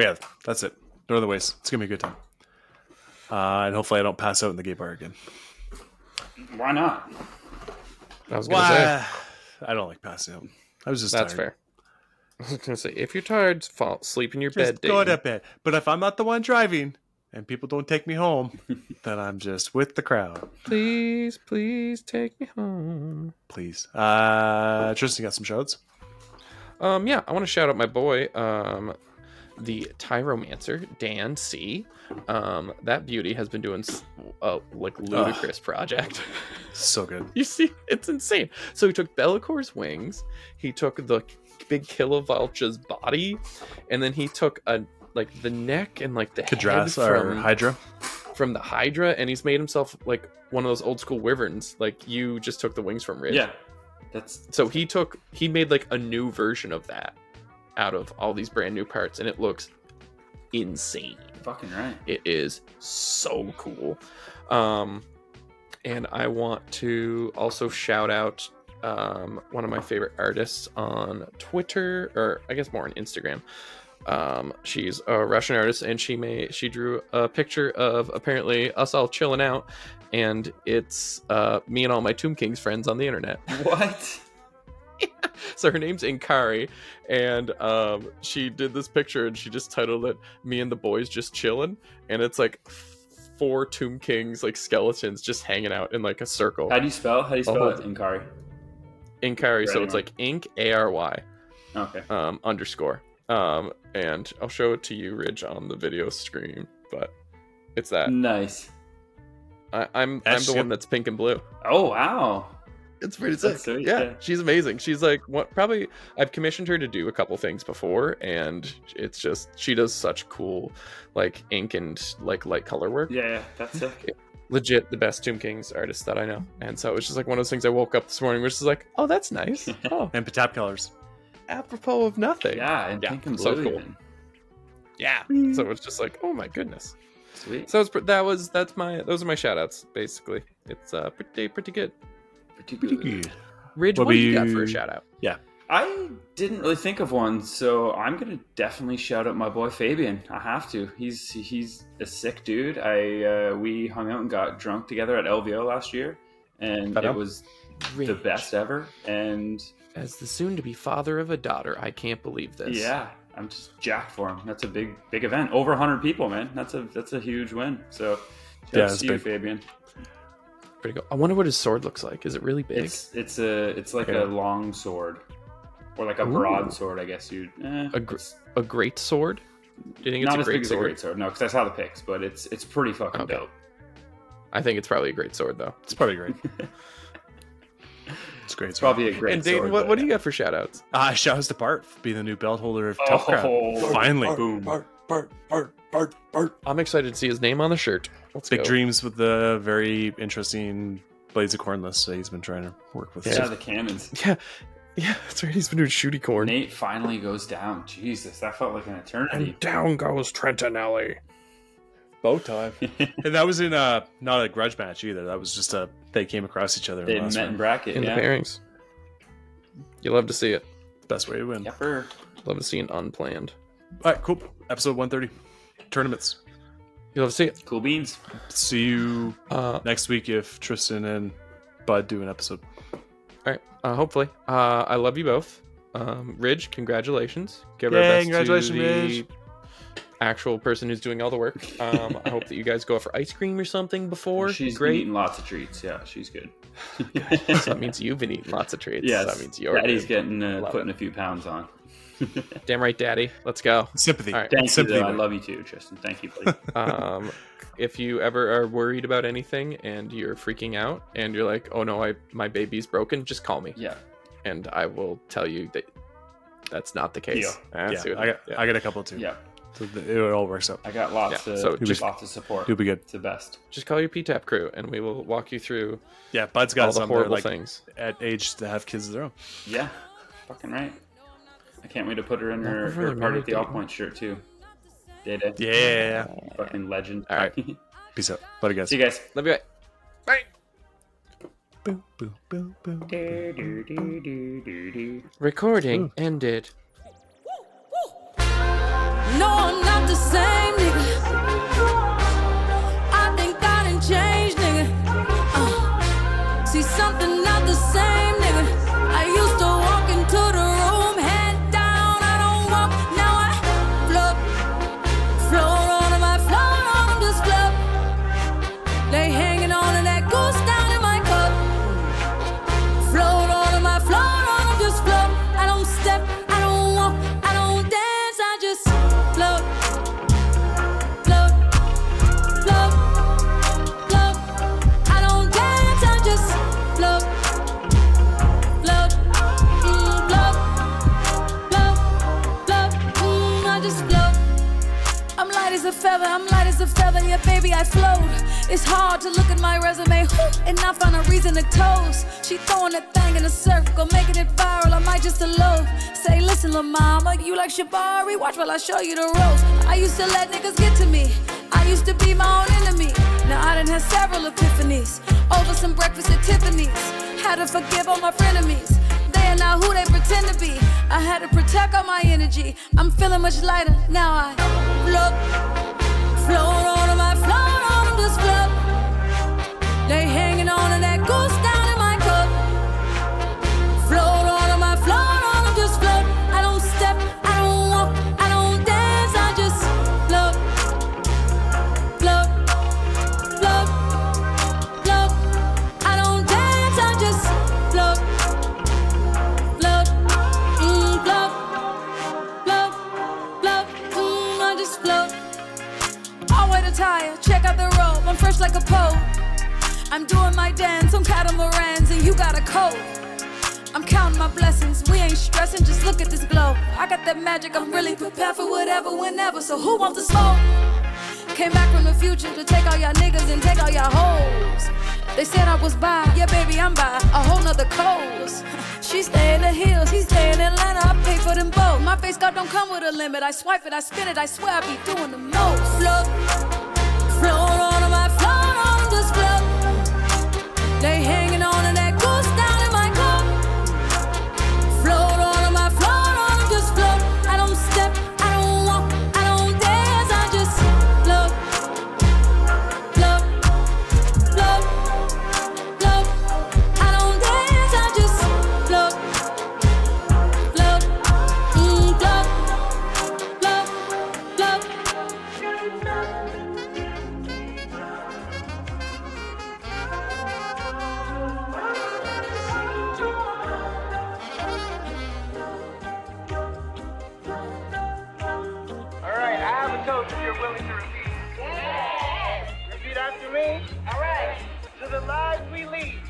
S2: yeah, that's it. No other ways. It's gonna be a good time. Uh, and hopefully, I don't pass out in the gay bar again.
S3: Why not?
S1: I was gonna say
S2: Why? <sighs> I don't like passing out. I was just
S1: that's
S2: tired.
S1: fair. <laughs> I was gonna say if you're tired, fall sleep in your
S2: Just
S1: bed.
S2: go
S1: Dayton.
S2: to bed. But if I'm not the one driving and people don't take
S1: <laughs>
S2: me home, then I'm just with the crowd.
S1: Please, please take me home.
S2: Please, uh, Tristan, you got some shots.
S1: Um, yeah, I want to shout out my boy, um, the Tyromancer, Dan C. Um, that beauty has been doing s- a like ludicrous project. <laughs>
S2: So good.
S1: You see, it's insane. So he took Bellicor's wings, he took the big Kilovalcha's body, and then he took a like the neck and like the head
S2: Kadras or
S1: from,
S2: Hydra.
S1: from the Hydra, and he's made himself like one of those old school wyverns. Like you just took the wings from Ridge.
S3: Yeah. That's
S1: So he took he made like a new version of that out of all these brand new parts, and it looks insane.
S3: fucking right.
S1: It is so cool. Um, and I want to also shout out um, one of my favorite artists on Twitter, or I guess more on Instagram. Um, she's a Russian artist, and she made she drew a picture of apparently us all chilling out, and it's uh, me and all my Tomb Kings friends on the internet.
S3: What?
S1: <laughs> So her name's Inkari, and um, she did this picture and she just titled it "Me and the Boys Just Chillin'," and it's like f- four Tomb Kings like skeletons just hanging out in like a circle.
S3: How do you spell? How do you spell
S1: Oh.
S3: it? Inkari.
S1: Inkari, so
S3: Right
S1: it's
S3: on.
S1: like Ink A R Y
S3: Okay.
S1: um, underscore, um, and I'll show it to you, Ridge, on the video screen. But it's that
S3: Mm. Nice.
S1: I, I'm I'm
S2: That's
S1: the
S2: good.
S1: one that's pink and blue.
S3: Oh wow.
S1: It's pretty
S3: That's
S1: sick.
S3: sweet,
S1: yeah,
S3: yeah.
S1: she's amazing. She's like what probably I've commissioned her to do a couple things before and it's just she does such cool like ink and like light color work.
S3: Yeah, yeah, that's
S1: <laughs>
S3: sick.
S1: Legit the best Tomb Kings artist that I know. And so it was just like one of those things I woke up this morning which is like, "Oh, that's
S3: <laughs>
S1: nice." Oh,
S2: And Patap Colors.
S1: apropos of nothing.
S3: Yeah, and
S1: Yeah,
S3: pink and blue.
S1: so cool.
S3: even.
S1: Yeah. So it's just like, "Oh my goodness."
S3: Sweet.
S1: So it's pr- that was that's my those are my shout outs basically. It's uh pretty pretty good.
S3: Pretty
S2: Pretty
S3: good.
S2: good.
S1: Ridge,
S2: What
S1: what, do you got
S2: we-
S1: for a shout out?
S3: I didn't really think of one, so I'm gonna definitely shout out my boy Fabian. I have to. He's he's a sick dude. I uh, we hung out and got drunk together at LVO last year, and
S1: Ta-da.
S3: it was the
S1: Rich.
S3: best ever. And
S1: As the soon to be father of a daughter, I can't believe this.
S3: yeah, I'm just jacked for him. That's a big, big event. Over 100 people, man. That's a that's a huge win. So,
S2: Yeah,
S3: yeah,
S2: it's
S3: you,
S2: big.
S3: Fabian.
S1: Pretty cool. I wonder what his sword looks like. Is it really big?
S3: It's it's a it's like
S2: Yeah.
S3: a long sword, or like a
S1: Ooh.
S3: broad sword, I guess you. Eh,
S1: A gr-
S3: it's
S1: A great sword? Do you think it's
S3: not
S1: a
S3: as big
S1: great
S3: as a
S1: sword?
S3: great sword, no, because that's how the picks. But it's it's pretty fucking
S1: Okay.
S3: dope.
S1: I think it's probably a great sword though.
S2: It's
S1: <laughs>
S2: probably great. it's great.
S3: It's probably a great.
S1: and Dayton,
S3: sword,
S1: what,
S3: but- <laughs>
S1: what do you got for shout outs?
S2: Ah, shout outs to Bart for being the new belt holder of
S3: Oh,
S2: Tough Crowd. Finally,
S3: boom.
S1: I'm excited to see his name on the shirt. Let's
S2: big
S1: go.
S2: dreams with the very interesting Blades of Cornless that he's been trying to work with.
S3: Yeah, the cannons.
S1: <laughs> Yeah. Yeah, that's right. He's been doing shooty corn.
S3: Nate finally goes down. Jesus, that felt like an eternity.
S1: And down goes Trentinelli.
S2: bow time. <laughs> and that was in uh not a grudge match either. That was just a they came across each other. in the
S3: They
S2: last
S3: met in
S2: round.
S3: bracket.
S1: In
S3: yeah.
S1: the pairings. You love to see it.
S2: Best way to win.
S3: Yepper.
S1: Love to see an unplanned.
S2: All right, cool. Episode one thirty. Tournaments.
S1: You love to see it.
S3: Cool beans.
S2: See you
S1: Uh,
S2: next week if Tristan and Bud do an episode.
S1: All right. Uh, hopefully. Uh, I love you both. Um, Ridge, congratulations. Give our
S2: Yay,
S1: best
S2: congratulations,
S1: to the
S2: Ridge.
S1: actual person who's doing all the work. Um, I hope that you guys go out for ice cream or something before.
S3: She's been
S1: Great.
S3: eating lots of treats. Yeah, she's good.
S1: <laughs> So that means you've been eating lots of treats.
S3: <laughs> yes,
S1: That means you're
S3: Daddy's
S1: good.
S3: getting uh,
S1: Love
S3: putting a few pounds on.
S1: damn right, Daddy. Let's go.
S2: Sympathy.
S1: All right.
S3: Thank you.
S2: Sympathy.
S3: Though. I
S2: vote.
S3: love you too, Tristan. Thank you,
S1: <laughs>
S3: buddy.
S1: um, if you ever are worried about anything and you're freaking out and you're like, "Oh no, I my baby's broken," just call me
S3: yeah.
S1: and I will tell you that that's not the case. That's
S2: yeah,
S1: what-
S2: I got,
S1: yeah.
S2: I got a couple too.
S3: Yeah.
S2: So th- it all works out.
S3: I got lots
S1: Yeah,
S3: of
S1: so
S2: just-
S3: lots of support.
S2: It'll be good.
S3: It's the best.
S1: Just call your PTAP crew and we will walk you through
S2: Yeah, Bud's
S1: all
S2: got
S1: the
S2: some they're,
S1: horrible
S2: like
S1: things.
S2: at age to have kids of their own.
S3: Yeah. Fucking right. I can't wait to put her in
S1: Not
S3: her,
S1: really
S3: her part of the
S1: married,
S3: All
S1: dude.
S3: Point shirt too. Data.
S2: Yeah.
S3: Fucking legend.
S1: All
S3: <laughs>
S1: right.
S2: Peace out. Love you guys.
S3: See you guys.
S1: Love you. guys.
S2: Boo, boo, boo, boo, boo.
S1: Recording ended.
S6: No, I'm not the same, nigga. I think I done changed, nigga. Uh, see something not the same, nigga. I used to walk into the room, head down. I don't walk, now I float. Float on 'em, I float on 'em, just float. They hanging on to that goose down in my cup. Float on 'em, I float on 'em, just float. I don't step, I don't walk, I don't dance, I just float. Float, float, float. I don't dance, I just float. Float, mm, float, float, float, mm, I just float. I'm light as a feather, I'm light as a feather, yeah, baby, I float. It's hard to look at my resume whoo, and not find a reason to toast. She throwing that thing in a circle, making it viral, I might just elope. Say, listen, lil' mama, you like Shibari, watch while I show you the ropes. I used to let niggas get to me, I used to be my own enemy. Now I done had several epiphanies, over some breakfast at Tiffany's. Had to forgive all my frenemies, they are not who they pretend to be. I had to protect all my energy, I'm feeling much lighter, now I float. Float on 'em, I float on 'em, just float. They hanging on to that goose down in my cup. Float on 'em, I float on 'em, just float. I don't step, I don't walk, I don't dance, I just float. Float, float, float. I don't dance, I just float. Float, mm, float, float, float, mm, I just float. I'll wear the attire, check out the robe. I'm fresh like a pole. I'm doing my dance on catamarans, and you got a coat. I'm counting my blessings, we ain't stressing, just look at this glow. I got that magic, I'm really prepared for whatever, whenever, so who wants to smoke? Came back from the future to take all y'all niggas and take all y'all hoes. They said I was by, yeah, baby, I'm by a whole nother coast. <laughs> She stay in the hills, he stay in Atlanta. I pay for them both. My face card don't come with a limit. I swipe it, I spin it, I swear I be doing the most. Float, float on 'em, I float on 'em, just float. They hanging on to that goose down in my cup. Float on 'em, I float on 'em, just float. I don't step, I don't walk, I don't dance, I just float, float, float, float. mm,
S5: Lee.